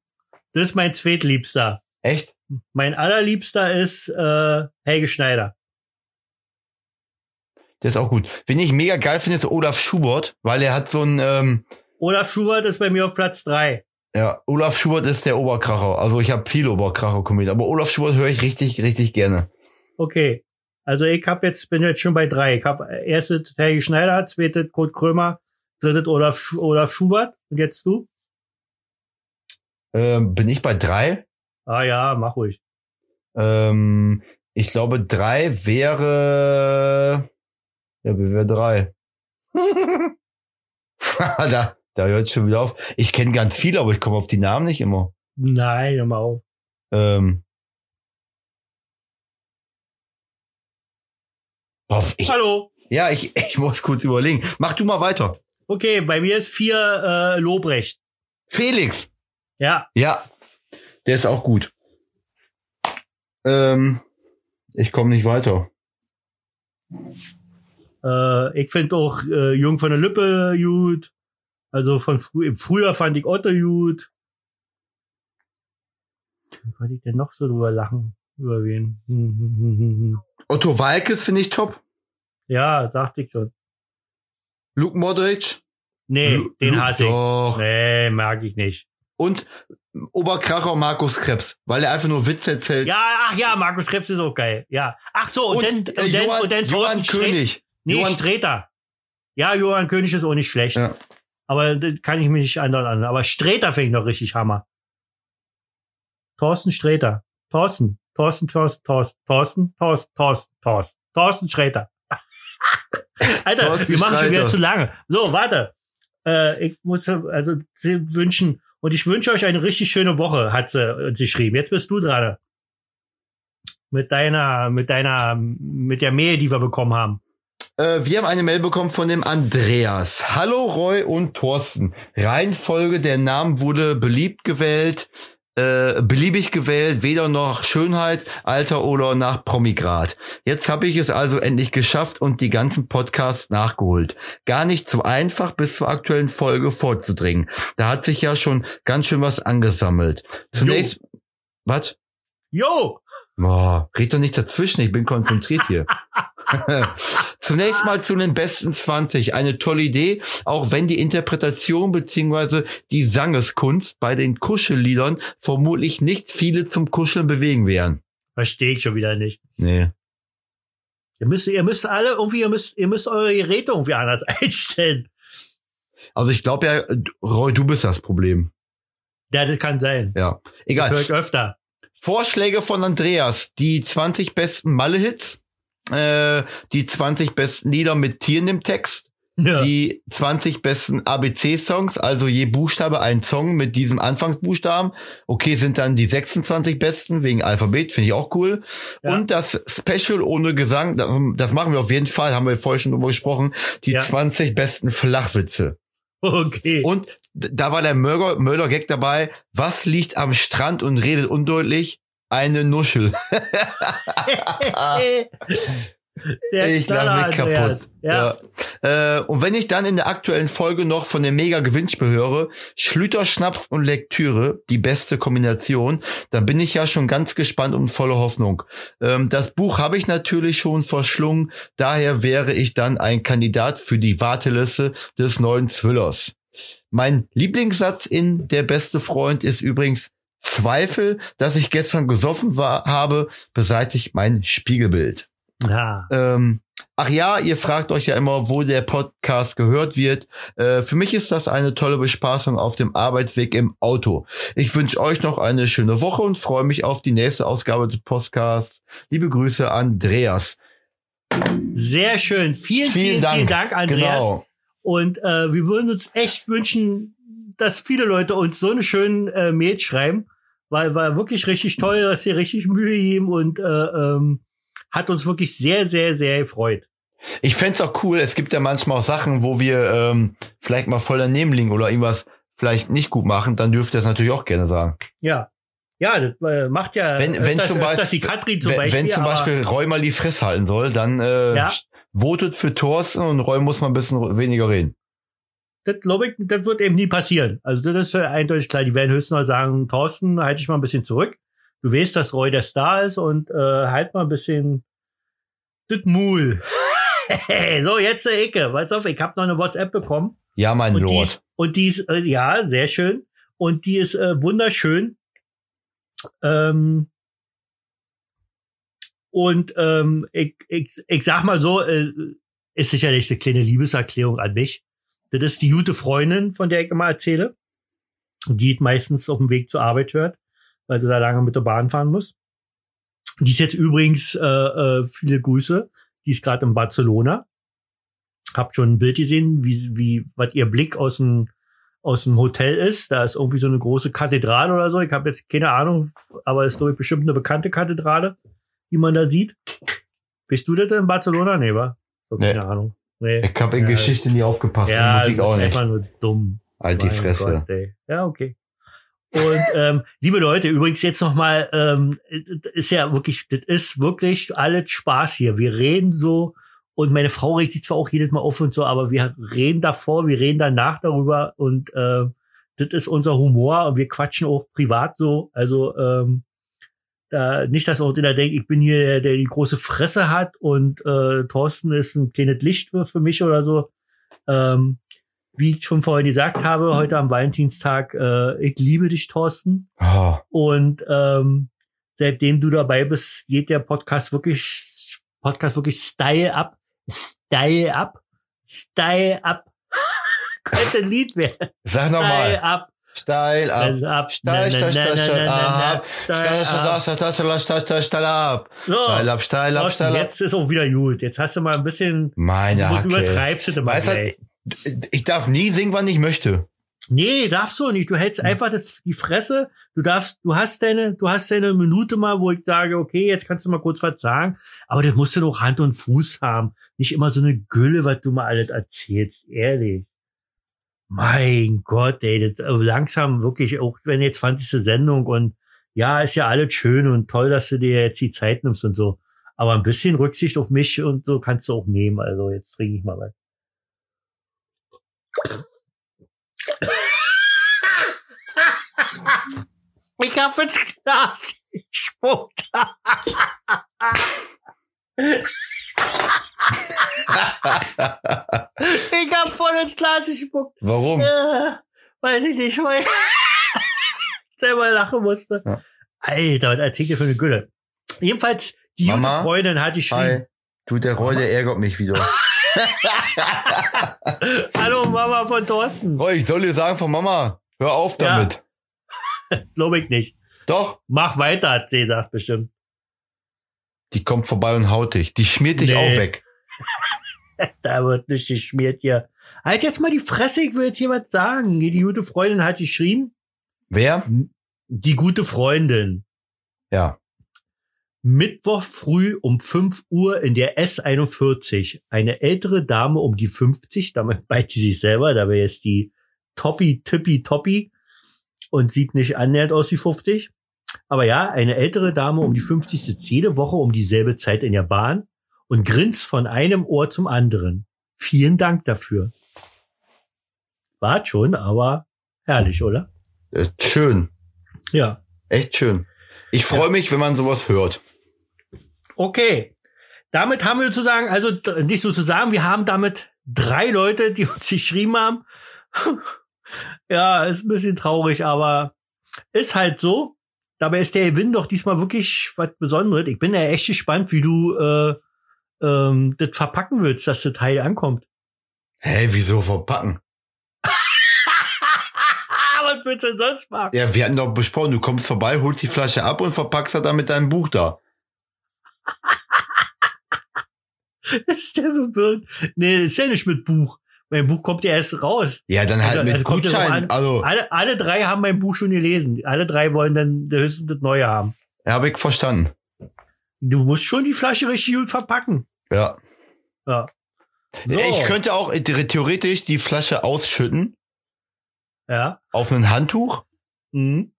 Das ist mein zweitliebster.
Echt?
Mein allerliebster ist äh, Helge Schneider.
Der ist auch gut. Wen ich mega geil finde, ist Olaf Schubert, weil er hat so ein, ähm,
Olaf Schubert ist bei mir auf Platz drei.
ja, Olaf Schubert ist der Oberkracher. Also ich habe viele Oberkracher-Comedien, aber Olaf Schubert höre ich richtig, richtig gerne.
Okay. Also ich hab jetzt, bin jetzt schon bei drei. Ich hab erstes Helge Schneider, zweites Kurt Krömer, drittes Olaf, Schu Olaf Schubert. Und jetzt du?
Ähm, bin ich bei drei?
Ah ja, mach ruhig.
Ähm, ich glaube, drei wäre. Ja, wie wäre drei? da da hört schon wieder auf. Ich kenne ganz viele, aber ich komme auf die Namen nicht immer.
Nein, hör mal auf.
Ähm. Boah, ich,
Hallo.
ja, ich, ich muss kurz überlegen. Mach du mal weiter.
Okay, bei mir ist vier äh, Lobrecht.
Felix.
Ja,
Ja, der ist auch gut. Ähm, ich komme nicht weiter.
äh, ich finde auch äh, Jung von der Lippe gut. Also von frü früher fand ich Otto gut. Wie wollte ich denn noch so drüber lachen? Über wen? Hm, hm, hm, hm, hm.
Otto Walkes finde ich top.
Ja, dachte ich schon.
Luke Modric.
Nee,
Lu-
den
Lu-
hasse ich.
Doch.
Nee, mag ich nicht.
Und Oberkracher Markus Krebs, weil er einfach nur Witze erzählt.
Ja, ach ja, Markus Krebs ist auch geil. Ja. Ach so, und, dann, und,
äh,
dann,
Johann,
und dann
Johann
Thorsten Sträter.
König.
Nee,
Johann-
Streter. Ja, Johann König ist auch nicht schlecht.
Ja.
Aber das kann ich mir nicht anderen an. Aber Streter finde ich noch richtig Hammer. Thorsten Streter. Thorsten. Thorsten, Thorsten, Thorsten, Thorsten, Thorsten, Thorsten, Thorsten, Thorsten Sträter. Alter,
Thorsten
wir machen schon wieder
Sträter.
zu lange. So, warte. Äh, ich muss also sie wünschen. Und ich wünsche euch eine richtig schöne Woche, hat sie uns geschrieben. Jetzt bist du dran. Mit deiner, mit deiner, mit der Mail, die wir bekommen haben.
Äh, wir haben eine Mail bekommen von dem Andreas. Hallo Roy und Thorsten. Reihenfolge der Namen wurde beliebt gewählt, äh, beliebig gewählt, weder nach Schönheit, Alter oder nach Promigrad. Jetzt habe ich es also endlich geschafft und die ganzen Podcasts nachgeholt. Gar nicht so einfach bis zur aktuellen Folge vorzudringen. Da hat sich ja schon ganz schön was angesammelt. Zunächst, was?
Jo!
Boah, red doch nicht dazwischen, ich bin konzentriert hier. Zunächst mal zu den besten 20. Eine tolle Idee, auch wenn die Interpretation beziehungsweise die Sangeskunst bei den Kuschelliedern vermutlich nicht viele zum Kuscheln bewegen werden.
Verstehe ich schon wieder nicht.
Nee.
Ihr müsst, ihr müsst alle irgendwie, ihr müsst, ihr müsst eure Geräte irgendwie anders einstellen.
Also ich glaube ja, Roy, du bist das Problem.
Ja, das kann sein.
Ja.
Das
Egal.
höre ich öfter.
Vorschläge von Andreas. Die 20 besten Malle-Hits, äh, die 20 besten Lieder mit Tieren im Text,
Ja.
die 20 besten ABC-Songs, also je Buchstabe ein Song mit diesem Anfangsbuchstaben. Okay, sind dann die 26 besten wegen Alphabet, finde ich auch cool.
Ja.
Und das Special ohne Gesang, das- das machen wir auf jeden Fall, haben wir vorher schon drüber gesprochen, die
Ja.
20 besten Flachwitze.
Okay.
Und d- da war der Mörder, Mörder-Gag dabei, was liegt am Strand und redet undeutlich? Eine Nuschel.
Der
Ah. Ich lach
Knaller,
mich
Andreas.
kaputt.
Ja.
Ja. Äh, und wenn ich dann in der aktuellen Folge noch von dem Mega-Gewinnspiel höre, Schlüter, Schnaps und Lektüre, die beste Kombination, dann bin ich ja schon ganz gespannt und voller Hoffnung. Ähm, das Buch habe ich natürlich schon verschlungen, daher wäre ich dann ein Kandidat für die Warteliste des neuen Thrillers. Mein Lieblingssatz in Der beste Freund ist übrigens Zweifel, dass ich gestern gesoffen war, habe, beseitigt mein Spiegelbild.
Ja.
Ähm, ach ja, ihr fragt euch ja immer, wo der Podcast gehört wird. Äh, für mich ist das eine tolle Bespaßung auf dem Arbeitsweg im Auto. Ich wünsche euch noch eine schöne Woche und freue mich auf die nächste Ausgabe des Podcasts. Liebe Grüße, Andreas.
Sehr schön. Vielen, vielen, vielen Dank, Andreas.
Genau.
Und äh, wir würden uns echt wünschen, dass viele Leute uns so eine schöne äh, Mail schreiben, weil war wirklich richtig toll, dass sie richtig Mühe geben und äh, ähm, hat uns wirklich sehr, sehr, sehr gefreut.
Ich fänd's auch cool, es gibt ja manchmal auch Sachen, wo wir ähm, vielleicht mal voll daneben liegen oder irgendwas vielleicht nicht gut machen, dann dürft ihr es natürlich auch gerne sagen.
Ja. Ja, das äh, macht ja
Wenn- wenn
öfters-
zum Beispiel-
öfters die Katrin zum
wenn,
Beispiel.
wenn zum
aber-
Beispiel Roy mal die Fresse halten soll, dann äh,
Ja.
votet für Thorsten und Roy muss mal ein bisschen weniger reden.
das glaube ich, das wird eben nie passieren. Also das ist ja eindeutig klar. Die werden höchstens mal sagen, Thorsten, halt dich mal ein bisschen zurück. Du weißt, dass Roy der Star ist und äh, halt mal ein bisschen das Mul. so, jetzt der Ecke. Pass auf, ich habe noch eine WhatsApp bekommen.
Ja, mein
Und die,
Lord.
ist, und die ist, äh, ja, sehr schön. Und die ist äh, wunderschön. Ähm, und ähm, ich, ich, ich sag mal so, äh, ist sicherlich eine kleine Liebeserklärung an mich. Das ist die gute Freundin, von der ich immer erzähle, die ich meistens auf dem Weg zur Arbeit hört, weil sie da lange mit der Bahn fahren muss. Die ist jetzt übrigens, äh, äh, viele Grüße, die ist gerade in Barcelona. Hab schon ein Bild gesehen, wie, wie, was ihr Blick aus dem, aus dem Hotel ist. Da ist irgendwie so eine große Kathedrale oder so. Ich habe jetzt keine Ahnung, aber ist, glaube ich, bestimmt eine bekannte Kathedrale, die man da sieht. Bist du das in Barcelona? Nee, wa? So,
Nee.
Keine Ahnung. Nee.
Ich habe in
Ja.
Geschichte nie aufgepasst,
Ja,
in Musik
das ist
auch nicht.
einfach nur dumm.
Halt die
Mein
Fresse.
Gott, ey. ja, okay. Und ähm, liebe Leute, übrigens jetzt nochmal, ähm, das ist ja wirklich, das ist wirklich alles Spaß hier. Wir reden so und meine Frau regt sich zwar auch jedes Mal auf und so, aber wir reden davor, wir reden danach darüber und äh, das ist unser Humor und wir quatschen auch privat so. Also ähm, da, nicht, dass auch jeder denkt, ich bin hier der, der die große Fresse hat und äh, Thorsten ist ein kleines Licht für, für mich oder so. Ähm, wie ich schon vorhin gesagt habe, heute am Valentinstag, äh, ich liebe dich, Thorsten.
Ah,
Und ähm, seitdem du dabei bist, geht der Podcast wirklich, Podcast wirklich style ab. Style ab. Style ab. Könnte ein Lied werden.
Sag
Style
nochmal.
ab.
Steil ab.
Style ab.
Steil,
Na,
steil,
na,
steil,
na, na,
steil
na, na,
ab.
na,
Steil,
steil
steil,
ab.
steil, steil, steil, steil, steil, steil ab. Steil
So.
ab, steil ab,
Thorsten,
steil ab.
jetzt ist auch wieder gut. Jetzt hast du mal ein bisschen,
Meine
du
Hacke.
übertreibst es immer
Weißt
gleich.
du, ich darf nie singen, wann ich möchte.
Nee, darfst du nicht. Du hältst einfach das, die Fresse. Du darfst, du hast deine, du hast deine Minute mal, wo ich sage, okay, jetzt kannst du mal kurz was sagen. Aber das musst du noch Hand und Fuß haben. Nicht immer so eine Gülle, was du mal alles erzählst. Ehrlich. Mein Gott, ey, das, äh, langsam wirklich, auch wenn jetzt 20. Sendung und ja, ist ja alles schön und toll, dass du dir jetzt die Zeit nimmst und so. Aber ein bisschen Rücksicht auf mich und so kannst du auch nehmen. Also jetzt trinke ich mal was. Ich hab ins Glas gespuckt. ich hab voll ins Glas gespuckt.
Warum?
Äh, weiß ich nicht, weil ich selber lachen musste.
Ja.
Alter, was erzählt ihr für eine Gülle? Jedenfalls, die gute
Mama?
Freundin hatte ich schon.
Hi. Du, der Roy, der ärgert mich wieder.
Hallo Mama von Thorsten.
Roy, ich soll dir sagen von Mama, hör auf
Ja.
damit.
Glaube ich nicht.
Doch,
Mach weiter, hat sie gesagt bestimmt.
die kommt vorbei und haut dich. Die schmiert dich
Nee.
auch weg.
Da wird nicht geschmiert hier. Halt jetzt mal die Fresse, ich will jetzt jemand sagen. Die gute Freundin hat geschrieben.
Wer?
Die gute Freundin.
Ja.
Mittwoch früh um 5 Uhr in der S41. Eine ältere Dame um die 50, damit meint sie sich selber, dabei ist die Toppi, Tippi, Toppi und sieht nicht annähernd aus wie 50. Aber ja, eine ältere Dame um die 50 sitzt jede Woche um dieselbe Zeit in der Bahn und grinst von einem Ohr zum anderen. Vielen Dank dafür. War schon, aber herrlich, oder?
Äh, schön.
Ja.
Echt schön. Ich freue mich, wenn man sowas hört.
Okay. Damit haben wir sozusagen, also d- nicht sozusagen, wir haben damit drei Leute, die uns geschrieben haben. ja, ist ein bisschen traurig, aber ist halt so. Dabei ist der Gewinn doch diesmal wirklich was Besonderes. Ich bin ja echt gespannt, wie du äh, ähm, das verpacken willst, dass das Teil ankommt.
Hä, wieso verpacken?
Ah, was willst du denn sonst machen?
Ja, wir hatten doch besprochen, du kommst vorbei, holst die Flasche ab und verpackst das dann mit deinem Buch da.
ist der verwirrt? Nee, das ist ja nicht mit Buch. Mein Buch kommt ja erst raus.
Ja, dann halt
Also,
mit
also kommt ja drauf
Gutschein.
an.
Also,
Alle, alle drei haben mein Buch schon gelesen. Alle drei wollen dann höchstens das Neue haben.
habe ich verstanden.
Du musst schon die Flasche richtig gut verpacken.
Ja.
Ja. So.
Ich könnte auch äh, theoretisch die Flasche ausschütten
Ja.
auf ein Handtuch,
Mhm.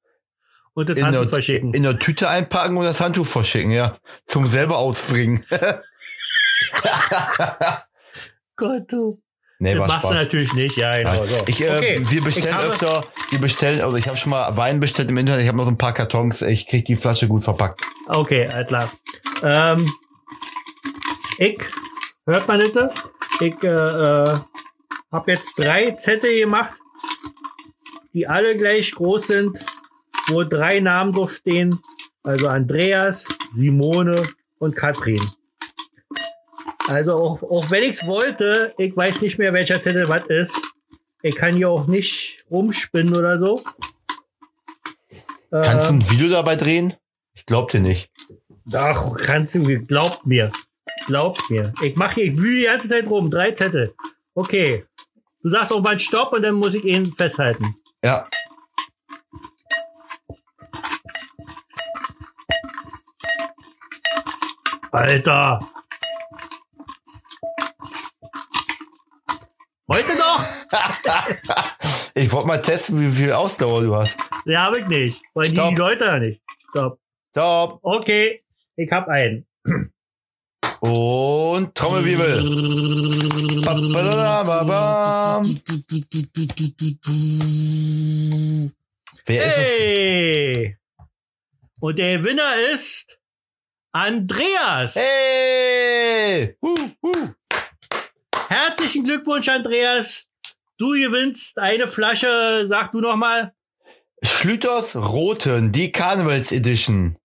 Und das
in
Handtuch
der,
verschicken.
in der Tüte einpacken und das Handtuch verschicken, ja. Zum selber ausbringen.
Gott, du.
nee,
Das
war
machst du
Spaß.
natürlich nicht. Ja, genau. So.
Ich, äh,
Okay.
Wir bestellen
Ich habe-
öfter, wir bestellen, also ich habe schon mal Wein bestellt im Internet, ich habe noch so ein paar Kartons, ich krieg die Flasche gut verpackt.
Okay, alles klar. Ähm, ich, hört man bitte? Ich äh, äh, habe jetzt drei Zettel gemacht, die alle gleich groß sind, wo drei Namen draufstehen. Also Andreas, Simone und Katrin. Also auch, auch wenn ich's wollte, ich weiß nicht mehr, welcher Zettel was ist. Ich kann hier auch nicht rumspinnen oder so.
Kannst
Ähm,
du ein Video dabei drehen? Ich glaub dir nicht.
Ach, kannst du, glaubt mir. Glaubt mir. Ich mache hier, ich wühle die ganze Zeit rum. Drei Zettel. Okay. Du sagst auch mal Stopp und dann muss ich ihn festhalten.
Ja.
Alter. Heute noch?
Ich wollte mal testen, wie viel Ausdauer du hast.
Nee, hab ich nicht. Weil die,
Stopp.
die Leute ja nicht. Stopp.
Stopp.
Okay. Ich hab einen.
Und Trommelwirbel. Ba-ba-da-da-ba-bam. Wer ist
Hey. Und der Gewinner ist Andreas.
es? Hey! Huh, huh.
Herzlichen Glückwunsch, Andreas. Du gewinnst eine Flasche, sag du nochmal.
Schlüters Roten, die Carnival Edition.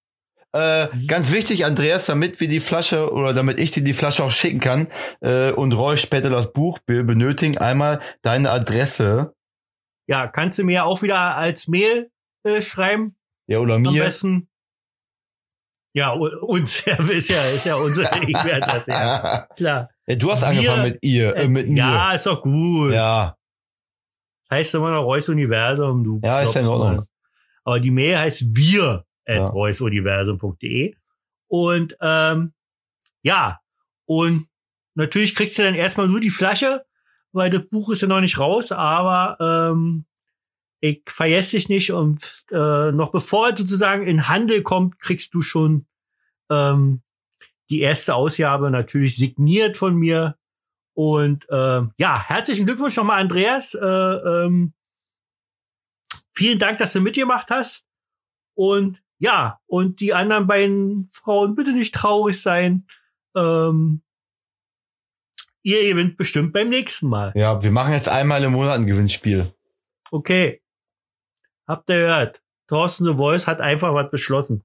Äh, ganz wichtig, Andreas, damit wir die Flasche oder damit ich dir die Flasche auch schicken kann äh, und Roy später das Buch, wir benötigen einmal deine Adresse.
Ja, kannst du mir auch wieder als Mail äh, schreiben?
Ja, oder
Am
mir.
besten. Ja, u- uns. Ja, ist ja, ist ja unsere E-Mail-Adresse. Ja,
Ja,
klar.
du hast
Wir-
angefangen mit ihr, äh, mit äh, mir.
ja, ist doch gut.
Ja.
heißt immer noch Reus Universum. Du
Ja, ist ja in
glaubst
Ordnung.
mal. Aber die Mail heißt wir at
Ja.
reusuniversum.de. Und ähm, ja, und natürlich kriegst du dann erstmal nur die Flasche, weil das Buch ist ja noch nicht raus, aber ähm, ich vergesse dich nicht und äh, noch bevor es sozusagen in Handel kommt, kriegst du schon ähm, die erste Ausgabe natürlich signiert von mir. Und ähm, ja, herzlichen Glückwunsch nochmal, Andreas. Äh, ähm, vielen Dank, dass du mitgemacht hast. Und ja, und die anderen beiden Frauen, bitte nicht traurig sein. Ähm, ihr gewinnt bestimmt beim nächsten Mal.
Ja, wir machen jetzt einmal im Monat ein Gewinnspiel.
Okay. Habt ihr gehört? Thorsten The Voice hat einfach was beschlossen.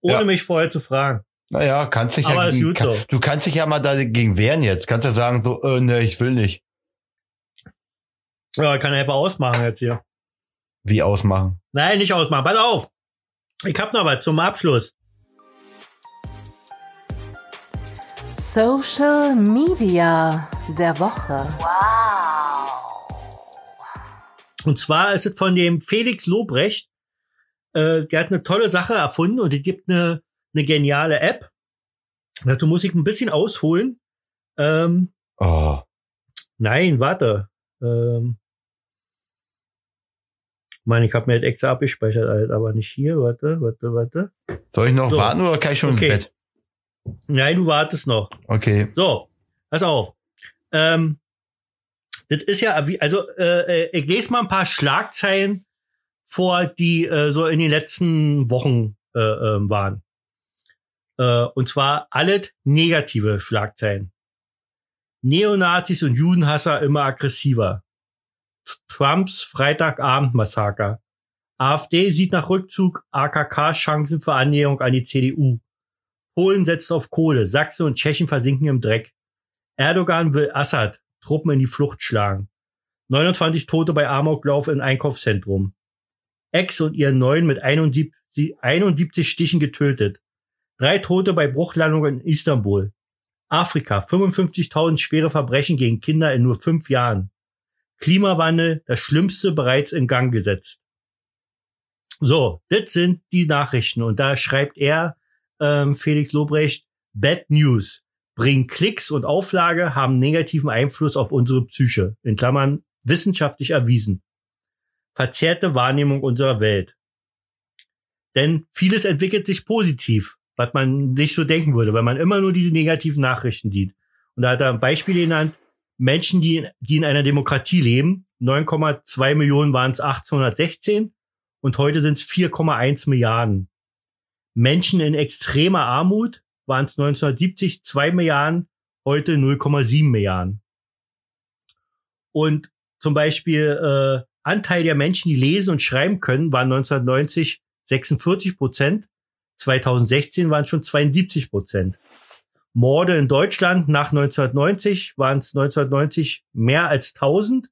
Ohne
Ja.
mich vorher zu fragen.
Naja, kannst dich
Aber
ja
ist
gegen,
gut so.
kann, du kannst dich ja mal dagegen wehren jetzt. Kannst ja sagen so, äh, ne, ich will nicht.
Ja, kann er einfach ausmachen jetzt hier.
Wie ausmachen?
Nein, nicht ausmachen. Pass auf. Ich hab noch was zum Abschluss.
Social Media der Woche.
Und zwar ist es von dem Felix Lobrecht. Äh, der hat eine tolle Sache erfunden und die gibt eine, eine geniale App. Dazu muss ich ein bisschen ausholen. Ähm,
Oh.
nein, warte. Ähm, Mann, ich habe mir jetzt extra abgespeichert, Alter, aber nicht hier. Warte, warte, warte.
Soll ich noch
So.
warten oder kann ich schon
Okay.
ins Bett?
Nein, du wartest noch.
Okay.
So, pass auf. Ähm, das ist ja, wie, also äh, äh, ich lese mal ein paar Schlagzeilen vor, die äh, so in den letzten Wochen äh, ähm, waren. Äh, und zwar alles negative Schlagzeilen. Neonazis und Judenhasser immer aggressiver. Trumps Freitagabend-Massaker. AfD sieht nach Rückzug AKK Chancen für Annäherung an die CDU. Polen setzt auf Kohle. Sachsen und Tschechen versinken im Dreck. Erdogan will Assad Truppen in die Flucht schlagen. 29 Tote bei Amoklauf im Einkaufszentrum. Ex und ihren Neuen mit 71, 71 Stichen getötet. Drei Tote bei Bruchlandung in Istanbul. Afrika, 55.000 schwere Verbrechen gegen Kinder in nur fünf Jahren. Klimawandel, das Schlimmste bereits in Gang gesetzt. So, das sind die Nachrichten. Und da schreibt er, ähm, Felix Lobrecht, Bad News. Bringen Klicks und Auflage haben negativen Einfluss auf unsere Psyche. In Klammern wissenschaftlich erwiesen. Verzerrte Wahrnehmung unserer Welt. Denn vieles entwickelt sich positiv, was man nicht so denken würde, weil man immer nur diese negativen Nachrichten sieht. Und da hat er ein Beispiel genannt. Menschen, die in, die in einer Demokratie leben, 9,2 Millionen waren es 1816 und heute sind es 4,1 Milliarden. Menschen in extremer Armut waren es 1970 2 Milliarden, heute 0,7 Milliarden. Und zum Beispiel äh, Anteil der Menschen, die lesen und schreiben können, waren 1990 46 Prozent, 2016 waren es schon 72 Prozent. Morde in Deutschland nach 1990 waren es 1990 mehr als 1000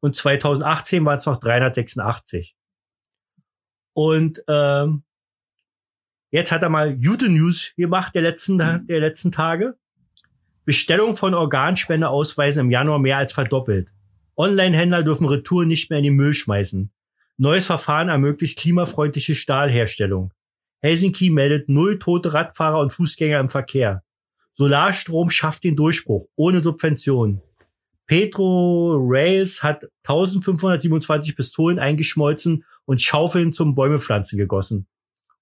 und 2018 waren es noch 386. Und ähm, Jetzt hat er mal gute News gemacht der letzten, der letzten Tage. Bestellung von Organspendeausweisen im Januar mehr als verdoppelt. Online-Händler dürfen Retouren nicht mehr in den Müll schmeißen. Neues Verfahren ermöglicht klimafreundliche Stahlherstellung. Helsinki meldet null tote Radfahrer und Fußgänger im Verkehr. Solarstrom schafft den Durchbruch ohne Subventionen. Petro Reyes hat 1527 Pistolen eingeschmolzen und Schaufeln zum Bäumepflanzen gegossen.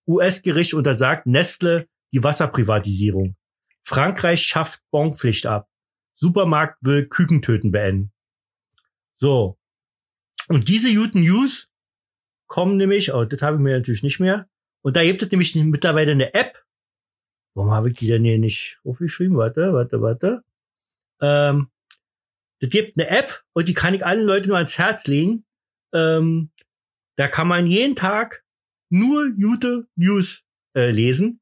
US-Gericht untersagt Nestle die Wasserprivatisierung. Frankreich schafft Bonpflicht ab. Supermarkt will Kükentöten beenden. So. Und diese guten News kommen nämlich, oh, das habe ich mir natürlich nicht mehr. Und da gibt es nämlich mittlerweile eine App. Warum habe ich die denn hier nicht aufgeschrieben? Warte, warte, warte. Ähm, es gibt eine App und die kann ich allen Leuten nur ans Herz legen. Ähm, da kann man jeden Tag nur gute News äh, lesen.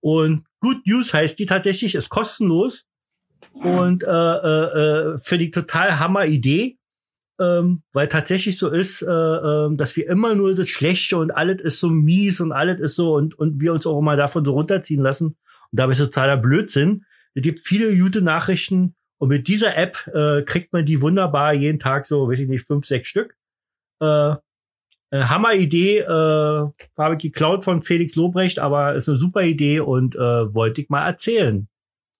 Und Good News heißt die tatsächlich, ist kostenlos und äh, äh, äh, finde ich total Hammer Idee, ähm, weil tatsächlich so ist, äh, ähm, dass wir immer nur das Schlechte und alles ist so mies und alles ist so und, und wir uns auch immer davon so runterziehen lassen. Und dabei ist es totaler Blödsinn. Es gibt viele gute Nachrichten Und mit dieser App äh, kriegt man die wunderbar jeden Tag so, weiß ich nicht, fünf, sechs Stück. Äh, eine Hammeridee, äh, habe ich geklaut von Felix Lobrecht, aber ist eine super Idee und äh, wollte ich mal erzählen.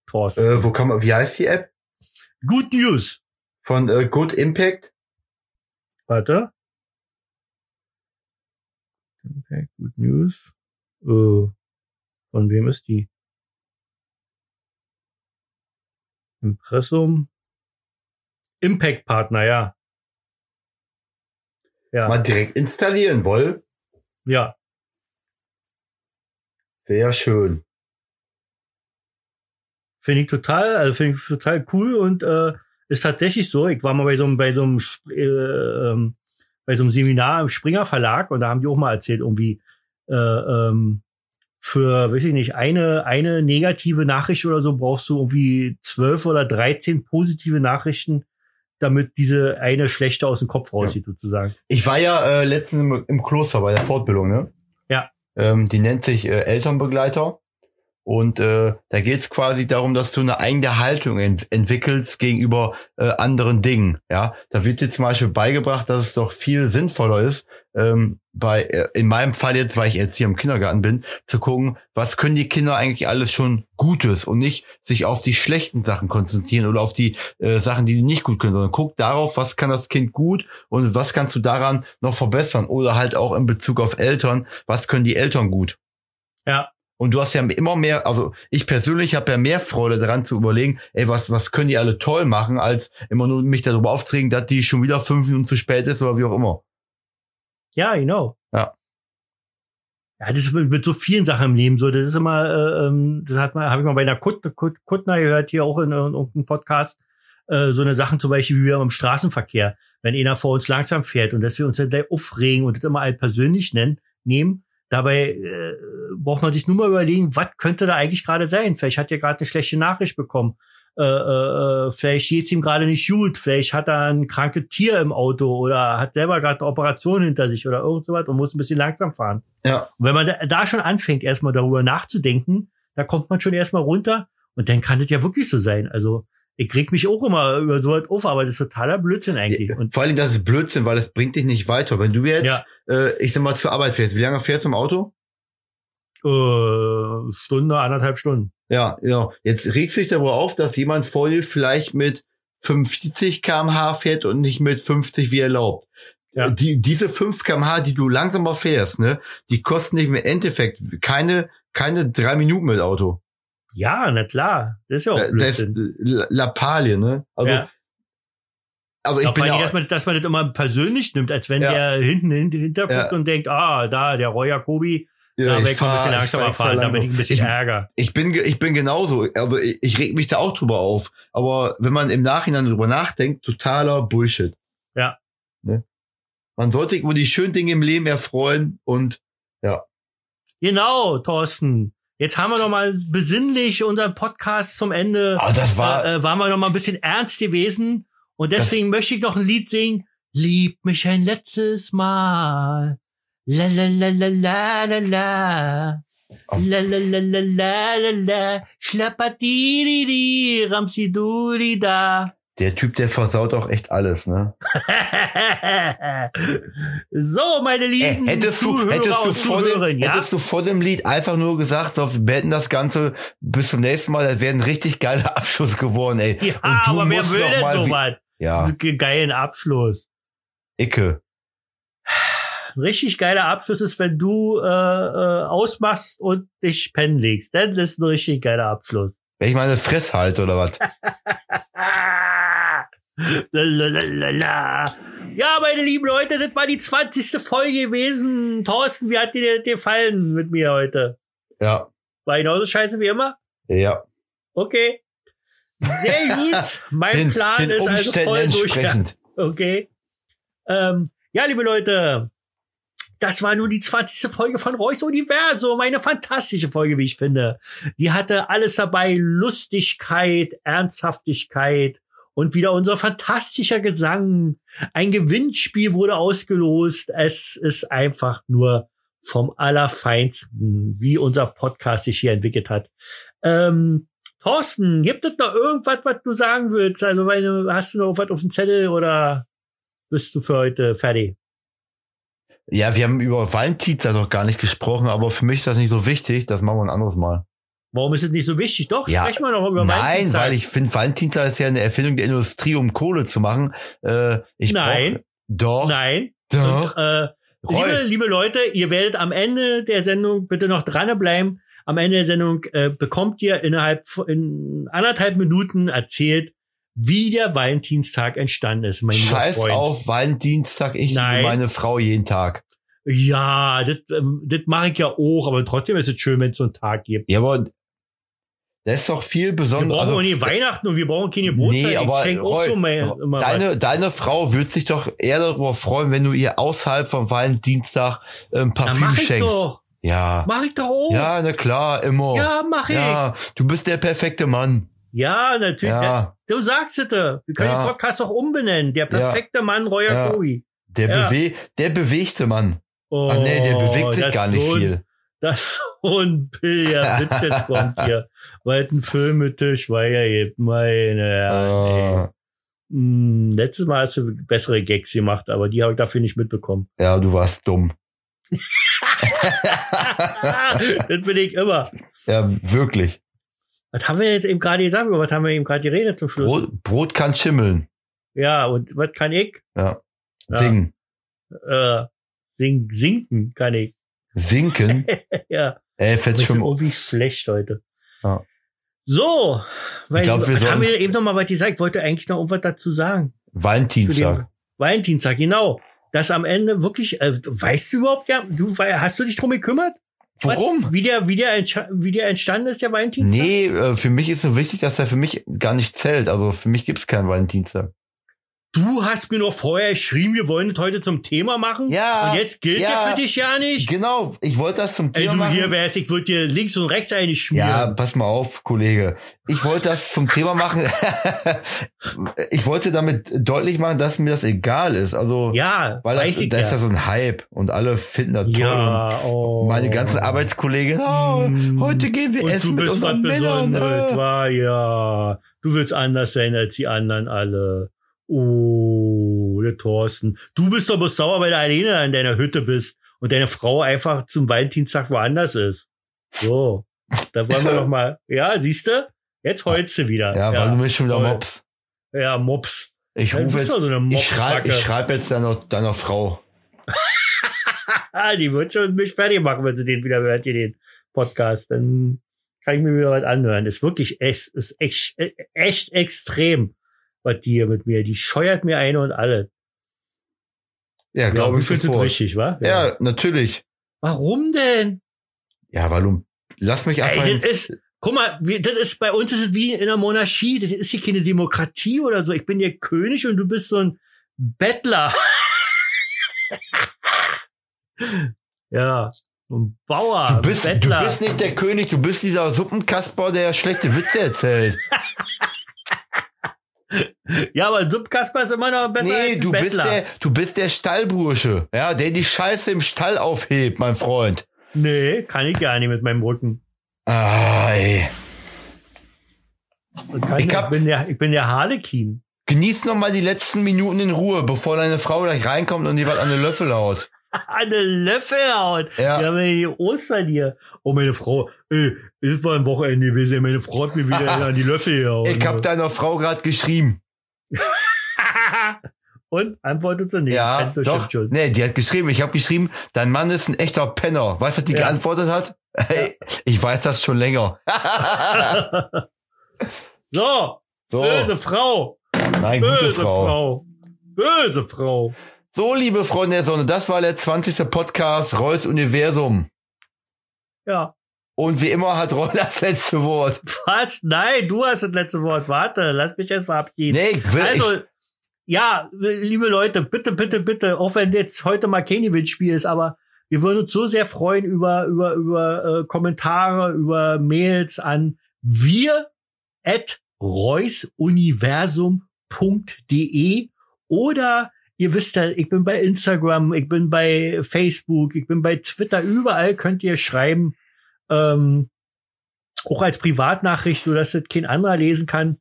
Thorsten.
Äh, wo kann man, wie heißt die App?
Good News.
Von äh, Good Impact?
Warte. Okay, Good News. Äh, von wem ist die? Impressum. Impact Partner, ja. Ja,
Mal direkt installieren wohl.
ja.
Sehr schön.
Finde ich total, also finde ich total cool und äh, ist tatsächlich so. Ich war mal bei so einem, bei so einem, Sp- äh, ähm, bei so einem Seminar im Springer Verlag und da haben die auch mal erzählt, irgendwie äh, ähm, für, weiß ich nicht, eine eine negative Nachricht oder so brauchst du irgendwie zwölf oder dreizehn positive Nachrichten, damit diese eine schlechte aus dem Kopf raussieht sozusagen.
Ich war ja äh, letztens im, im Kloster bei der Fortbildung, ne?
Ja.
Ähm, die nennt sich äh, Elternbegleiter. Und äh, da geht's quasi darum, dass du eine eigene Haltung ent entwickelst gegenüber äh, anderen Dingen. Ja, da wird dir zum Beispiel beigebracht, dass es doch viel sinnvoller ist, ähm, bei äh, in meinem Fall jetzt, weil ich jetzt hier im Kindergarten bin, zu gucken, was können die Kinder eigentlich alles schon Gutes und nicht sich auf die schlechten Sachen konzentrieren oder auf die äh, Sachen, die sie nicht gut können, sondern guck darauf, was kann das Kind gut und was kannst du daran noch verbessern oder halt auch in Bezug auf Eltern, was können die Eltern gut.
Ja.
Und du hast ja immer mehr, also ich persönlich habe ja mehr Freude daran zu überlegen, ey, was, was können die alle toll machen, als immer nur mich darüber aufzuregen, dass die schon wieder fünf Minuten zu spät ist oder wie auch immer.
Ja, genau.
Ja.
Ja, das ist mit, mit so vielen Sachen im Leben so. Das ist immer, äh, ähm, das hat man, habe ich mal bei einer Kut, Kut, Kuttner gehört, hier auch in, ir- irgendeinem Podcast, äh, so eine Sachen zum Beispiel wie wir im Straßenverkehr, wenn einer vor uns langsam fährt und dass wir uns dann gleich aufregen und das immer als persönlich nennen, nehmen. Dabei äh, braucht man sich nur mal überlegen, was könnte da eigentlich gerade sein? Vielleicht hat er gerade eine schlechte Nachricht bekommen. Äh, äh, äh, vielleicht geht's ihm gerade nicht gut, vielleicht hat er ein krankes Tier im Auto oder hat selber gerade eine Operation hinter sich oder irgend sowas und muss ein bisschen langsam fahren.
Ja.
Und wenn man da, da schon anfängt, erstmal darüber nachzudenken, da kommt man schon erstmal runter und dann kann das ja wirklich so sein. Also ich reg mich auch immer über sowas auf, aber das ist totaler Blödsinn eigentlich. Und
Vor allem, das ist Blödsinn, weil das bringt dich nicht weiter. Wenn du jetzt,
Ja.
äh, ich sag mal, zur Arbeit fährst, wie lange fährst du im Auto?
äh, Stunde, anderthalb Stunden.
Ja, ja. Jetzt regst du dich darüber auf, dass jemand vor dir vielleicht mit 50 kmh fährt und nicht mit 50 wie erlaubt.
Ja.
Die, diese 5 kmh, die du langsamer fährst, ne, die kosten dich im Endeffekt keine, keine drei Minuten mit Auto.
Ja, na klar. Das ist ja auch
Äh, Das ist
Oh, Blödsinn.
äh, La- Lappalie, ne? Also,
ja.
also ich
Ja,
bin
vor allem,
ja,
dass, man, dass man das immer persönlich nimmt, als wenn
Ja.
der hinten hinter, hinter guckt
Ja.
und denkt, ah, da, der Roy Jacobi,
ja,
da
ich
weg ein bisschen
fahr- ich fahr-
langsamer
ich fahr
fahren, damit ich ein
langsam.
bisschen
Ich-
Ärger.
ich bin, ge- ich bin genauso. Also ich, ich reg mich da auch drüber auf. Aber wenn man im Nachhinein drüber nachdenkt, totaler Bullshit.
Ja.
Ne? Man sollte sich über die schönen Dinge im Leben erfreuen und
Genau, Thorsten. Jetzt haben wir noch mal besinnlich unseren Podcast zum Ende.
Ah, das war,
äh, äh, waren wir noch mal ein bisschen ernst gewesen. Und deswegen möchte ich noch ein Lied singen. Lieb mich ein letztes Mal. La la la la la la la. La la la la la la la. Schlappatiri, ramsiduri da.
der Typ, der versaut auch echt alles, ne?
so, meine
Äh,
lieben
hättest du,
Zuhörer
hättest du
und
vor dem,
Zuhörerinnen, ja?
hättest du vor dem Lied einfach nur gesagt, so, wir beenden das Ganze bis zum nächsten Mal, das wäre ein richtig geiler Abschluss geworden, ey.
Ja,
Und du
aber wer
musst
will
noch
denn
mal wie-
sowas?
Ja,
Ge- Geilen Abschluss.
Icke.
Ein richtig geiler Abschluss ist, wenn du äh, äh, ausmachst und dich pennen legst. Dann ist ein richtig geiler Abschluss.
Wenn ich meine Fress halte oder was?
Ah. La, la, la, la, la. Ja, meine lieben Leute, das war die 20. Folge gewesen. Thorsten, wie hat dir der- dir gefallen mit mir heute?
Ja,
War genauso scheiße wie immer?
ja.
Okay. Sehr gut. Mein
Den,
Plan
den
ist also
Umständen
voll durch.
entsprechend.
Okay. Ähm, ja, liebe Leute, das war nun die 20. Folge von Reus Universum. Eine fantastische Folge, wie ich finde. Die hatte alles dabei. Lustigkeit, Ernsthaftigkeit und wieder unser fantastischer Gesang. Ein Gewinnspiel wurde ausgelost. Es ist einfach nur vom Allerfeinsten, wie unser Podcast sich hier entwickelt hat. Ähm, Thorsten, gibt es noch irgendwas, was du sagen willst? Also meine, hast du noch was auf dem Zettel oder bist du für heute fertig?
Ja, wir haben über Valentinstag noch gar nicht gesprochen, aber für mich ist das nicht so wichtig. Das machen wir ein anderes Mal.
Warum ist es nicht so wichtig? Doch,
Ja.
sprechen wir noch über
Nein,
Valentinstag.
weil ich finde, Valentinstag ist ja eine Erfindung der Industrie, um Kohle zu machen. Äh, ich
Nein.
Brauch, doch,
Nein.
doch.
Und, äh,
Roy.
liebe, liebe Leute, ihr werdet am Ende der Sendung bitte noch dranbleiben. Am Ende der Sendung äh, bekommt ihr innerhalb von in anderthalb Minuten erzählt, wie der Valentinstag entstanden ist, mein lieber
Scheiß
Freund.
auf Valentinstag, ich
Nein.
liebe meine Frau jeden Tag.
Ja, das, ähm, das mache ich ja auch, aber trotzdem ist es schön, wenn es so einen Tag gibt.
Ja, aber das ist doch viel
Wir
Besonderes.
brauchen
Also,
auch nie Weihnachten und wir brauchen keine Brotzeit.
Nee, aber
ich schenke auch
Roy,
so mal, immer was.
deine, deine Frau wird sich doch eher darüber freuen, wenn du ihr außerhalb vom Valentinstag ähm,
Na,
Parfüm
mach ich
schenkst.
doch.
Ja.
Mach ich doch auch.
Ja, na klar, immer.
Ja, mach ich. Ja,
Ja, du bist der perfekte Mann.
natürlich.
Ja,
Du sagst es. Wir können
Ja.
den Podcast auch umbenennen. Der perfekte Mann, Roy
Ja.
Kobi.
der,
Ja.
Bewe der bewegte Mann.
Oh,
Ach nee, der bewegt
das
sich
ist
gar nicht
so ein,
viel.
Das ist so ein billiger Witz jetzt kommt hier. Weil es ein Film mit Tisch, weil er eben meine Herren, ey.
Äh,
Hm, Letztes Mal hast du bessere Gags gemacht, aber die habe ich dafür nicht mitbekommen.
ja, du warst dumm.
das bin ich immer.
Ja, wirklich.
Was haben wir jetzt eben gerade gesagt? Über was haben wir eben gerade geredet zum Schluss?
Brot, Brot kann schimmeln.
Ja, und was kann ich?
Ja.
Ja,
Singen.
Äh, sing, sinken kann ich.
Sinken.
Ja,
Ey, fällt
das ist
schon.
irgendwie schlecht heute.
Ja.
So, weil
glaub, wir
was haben
sollten-
wir eben noch mal was gesagt. Ich wollte eigentlich noch irgendwas dazu sagen. Zu dem
Valentinstag.
Valentinstag, genau. Dass am Ende wirklich, äh, weißt du überhaupt, ja, du, weil- hast du dich drum gekümmert? Was-
Warum?
Wie der, wie der, entsch- wie der entstanden ist, der Valentinstag?
Nee, äh, für mich ist nur wichtig, dass er für mich gar nicht zählt. Also für mich gibt's keinen Valentinstag.
Du hast mir noch vorher geschrieben, wir wollen das heute zum Thema machen.
Ja,
Und jetzt gilt
ja.
der für dich ja nicht.
Genau, ich wollte das zum
Ey,
Thema
du
machen.
hier wärst, ich würde dir links und rechts eine
ja,
schmieren.
pass mal auf, Kollege. Ich wollte das zum Thema machen. ich wollte damit deutlich machen, dass mir das egal ist. Also,
Ja,
weil
weiß
das,
ich
da ist ja
ja.
so ein Hype und alle finden das toll.
ja, oh.
Und meine ganzen Arbeitskollegen, oh,
Mm.
heute gehen wir
Und
essen
du
mit
bist was
unseren Männern.
Besonderes,
äh.
war ja. Du willst anders sein als die anderen alle. Oh, der Thorsten. Du bist doch bloß sauer, weil du alleine in deiner Hütte bist und deine Frau einfach zum Valentinstag woanders ist. So, da wollen wir doch mal. Ja, siehst du? Jetzt heulst du wieder.
Ja, weil du mich schon wieder
voll.
mobst.
ja Mops.
Ich
Ja, du
rufe
bist
jetzt,
doch so eine
ich schreibe
Mopsbacke.
ich schreib jetzt deiner, deiner Frau.
Ah, die wird schon mich fertig machen, wenn sie den wieder hört, hier den Podcast. Dann kann ich mir wieder was anhören. Ist wirklich echt, ist echt, echt extrem, was die hier mit mir. Die scheuert mir eine und alle.
Ja,
Ja,
glaube
du
ich
findest es
sofort.
richtig, wa?
Ja, natürlich.
Warum denn?
Ja, weil du, lass mich einfach.
Ey, das ist, guck mal, wir, das ist, bei uns ist es wie in einer Monarchie. Das ist hier keine Demokratie oder so. Ich bin hier König und du bist so ein Bettler. ja, ein Bauer.
du, bist, du
Bettler.
bist nicht der König, du bist dieser Suppenkasper, der schlechte Witze erzählt.
Ja, aber Sub Kasper ist immer noch besser
nee,
als ein
du bist,
Bettler.
der, du bist der Stallbursche, ja, der die Scheiße im Stall aufhebt, mein Freund.
nee, kann ich gar nicht mit meinem Rücken.
Ah, ey.
Kann
Ich
ich,
hab-
bin der, ich bin der Harlekin.
Genieß noch mal die letzten Minuten in Ruhe, bevor deine Frau gleich reinkommt und dir was an den Löffel haut.
Eine Löffelhaut.
Ja.
Wir haben ja die Ostern hier. Oh, meine Frau. Ey, es war ein Wochenende gewesen. Meine Frau hat mir wieder an die Löffel gehauen.
Ich hab deiner Frau gerade geschrieben.
Und antwortet sie nicht.
ja,
Kennt bestimmt
doch.
schon.
Nee, die hat geschrieben, ich habe geschrieben, dein Mann ist ein echter Penner. Weißt du, was die
Ja.
geantwortet hat? Hey, ich weiß das schon länger.
so,
so,
böse Frau.
nein, gute
Böse
Frau.
Frau. Böse Frau.
So, liebe Freunde der Sonne, das war der 20. Podcast Reus Universum.
Ja.
Und wie immer hat Roy das letzte Wort.
Was? Nein, du hast das letzte Wort. Warte, lass mich jetzt verabschieden.
Nee, ich will,
also,
ich,
ja, liebe Leute, bitte, bitte, bitte, auch wenn jetzt heute mal kein Gewinnspiel ist, aber wir würden uns so sehr freuen über, über, über äh, Kommentare, über Mails an wir at reusuniversum.de oder ihr wisst ja, ich bin bei Instagram, ich bin bei Facebook, ich bin bei Twitter, überall könnt ihr schreiben, ähm, auch als Privatnachricht, sodass das kein anderer lesen kann.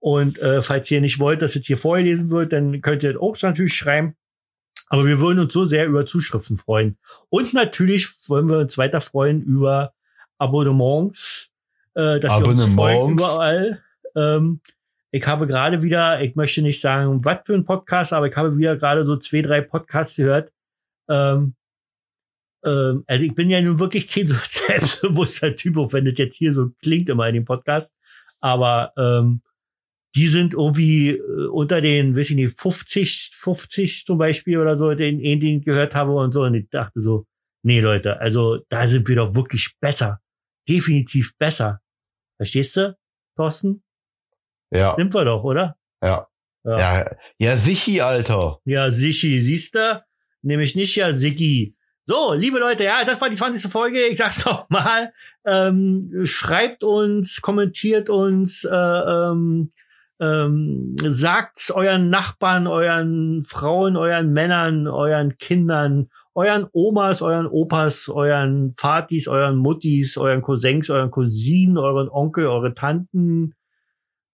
Und äh, falls ihr nicht wollt, dass es hier vorgelesen wird, dann könnt ihr das auch natürlich schreiben. Aber wir würden uns so sehr über Zuschriften freuen. Und natürlich wollen wir uns weiter freuen über Abonnements, äh, dass ihr uns folgt
Abonnements.
überall. Ähm, ich habe gerade wieder, ich möchte nicht sagen, was für ein Podcast, aber ich habe wieder gerade so zwei, drei Podcasts gehört. Ähm, ähm, also ich bin ja nun wirklich kein so selbstbewusster Typ, auch wenn das jetzt hier so klingt immer in dem Podcast. Aber ähm, die sind irgendwie äh, unter den, weiß ich nicht, 50, 50 zum Beispiel oder so, den, den den ich gehört habe und so. Und ich dachte so, nee, Leute, also da sind wir doch wirklich besser. Definitiv besser. Verstehst du, Thorsten?
Ja,
Sind wir doch, oder?
ja.
Ja.
Ja, ja, sichi, Alter.
Ja, Sichi, siehst du? Nämlich nicht ja Siggi. So, liebe Leute, ja, das war die 20. Folge. Ich sag's nochmal. Ähm, schreibt uns, kommentiert uns, äh, ähm, ähm, sagt's euren Nachbarn, euren Frauen, euren Männern, euren Kindern, euren Omas, euren Opas, euren Vatis, euren Muttis, euren Cousins, euren Cousinen, euren Onkel, eure Tanten,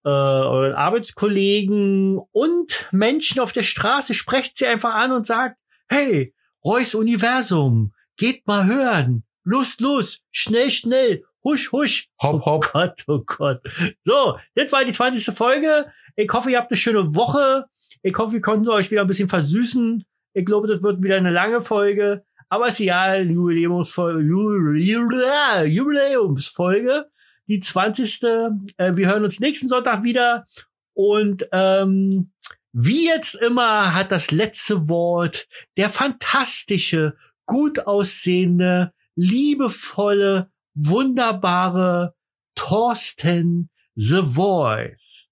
äh, euren Arbeitskollegen und Menschen auf der Straße, sprecht sie einfach an und sagt, hey, Reus Universum, geht mal hören. Los, los, schnell, schnell, husch, husch.
Hopp,
Oh
hopp.
Gott, oh Gott. So, das war die 20. Folge. Ich hoffe, ihr habt eine schöne Woche. Ich hoffe, wir konnten euch wieder ein bisschen versüßen. Ich glaube, das wird wieder eine lange Folge. Aber es ist ja eine Jubiläumsfolge, Jubilä- Jubiläumsfolge, die 20. Äh, wir hören uns nächsten Sonntag wieder. Und ähm, wie jetzt immer hat das letzte Wort der fantastische, gut aussehende, liebevolle, wunderbare Thorsten The Voice.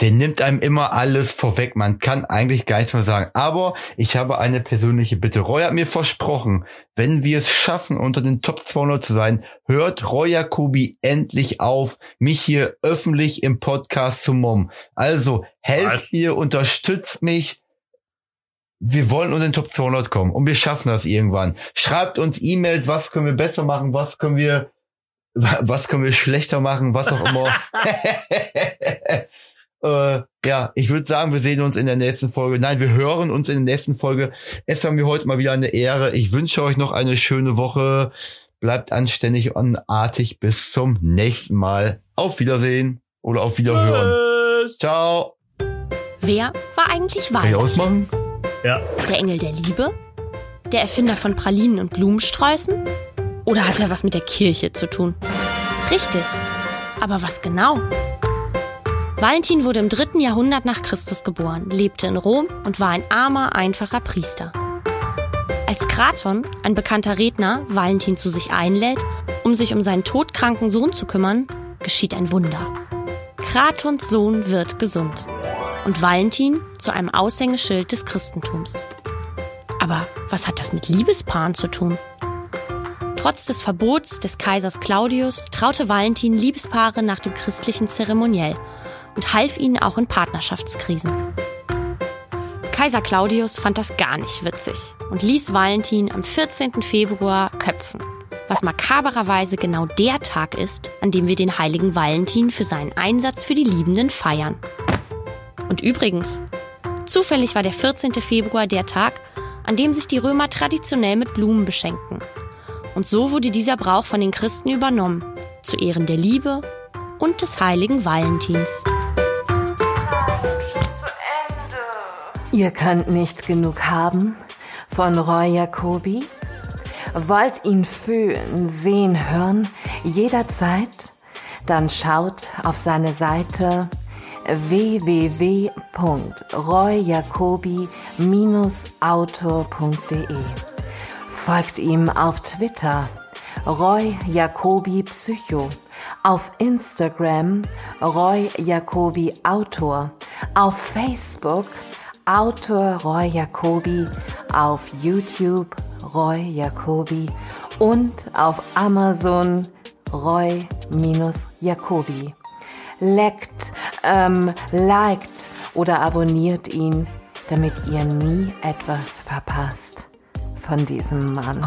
Der nimmt einem immer alles vorweg. Man kann eigentlich gar nichts mehr sagen. Aber ich habe eine persönliche Bitte. Roy hat mir versprochen, wenn wir es schaffen, unter den Top 200 zu sein, hört Roy Jacobi endlich auf, mich hier öffentlich im Podcast zu mobben. Also, helft
Was?
mir, unterstützt mich. Wir wollen unter den Top 200 kommen und wir schaffen das irgendwann. Schreibt uns E-Mail, was können wir besser machen, was können wir, was können wir schlechter machen, was auch immer. äh, ja, ich würde sagen, wir sehen uns in der nächsten Folge. Nein, wir hören uns in der nächsten Folge. Es war mir heute mal wieder eine Ehre. Ich wünsche euch noch eine schöne Woche. Bleibt anständig und artig. Bis zum nächsten Mal. Auf Wiedersehen oder auf Wiederhören.
Tschüss.
Ciao. 哎
Wer war eigentlich
Kann ich
Wald?
ausmachen?
Der Engel der Liebe? Der Erfinder von Pralinen und Blumensträußen? Oder hat er was mit der Kirche zu tun? Richtig. Aber was genau? Valentin wurde im dritten Jahrhundert nach Christus geboren, lebte in Rom und war ein armer, einfacher Priester. Als Kraton, ein bekannter Redner, Valentin zu sich einlädt, um sich um seinen todkranken Sohn zu kümmern, geschieht ein Wunder. Kratons Sohn wird gesund und Valentin zu einem Aushängeschild des Christentums. Aber was hat das mit Liebespaaren zu tun? Trotz des Verbots des Kaisers Claudius traute Valentin Liebespaare nach dem christlichen Zeremoniell und half ihnen auch in Partnerschaftskrisen. Kaiser Claudius fand das gar nicht witzig und ließ Valentin am 14. Februar köpfen, was makabererweise genau der Tag ist, an dem wir den heiligen Valentin für seinen Einsatz für die Liebenden feiern. Und übrigens, zufällig war der 14. Februar der Tag, an dem sich die Römer traditionell mit Blumen beschenken. Und so wurde dieser Brauch von den Christen übernommen, zu Ehren der Liebe und des heiligen Valentins.
Zu Ende.
Ihr könnt nicht genug haben von Roy Jacobi. Wollt ihn fühlen, sehen, hören, jederzeit? Dann schaut auf seine Seite www.royjacobi-autor.de. Folgt ihm auf Twitter Roy Jacobi Psycho, auf Instagram Roy Jacobi Autor, auf Facebook Autor Roy Jacobi, auf YouTube Roy Jacobi und auf Amazon Roy-Jacobi. Leckt, ähm, liked oder abonniert ihn, damit ihr nie etwas verpasst von diesem Mann.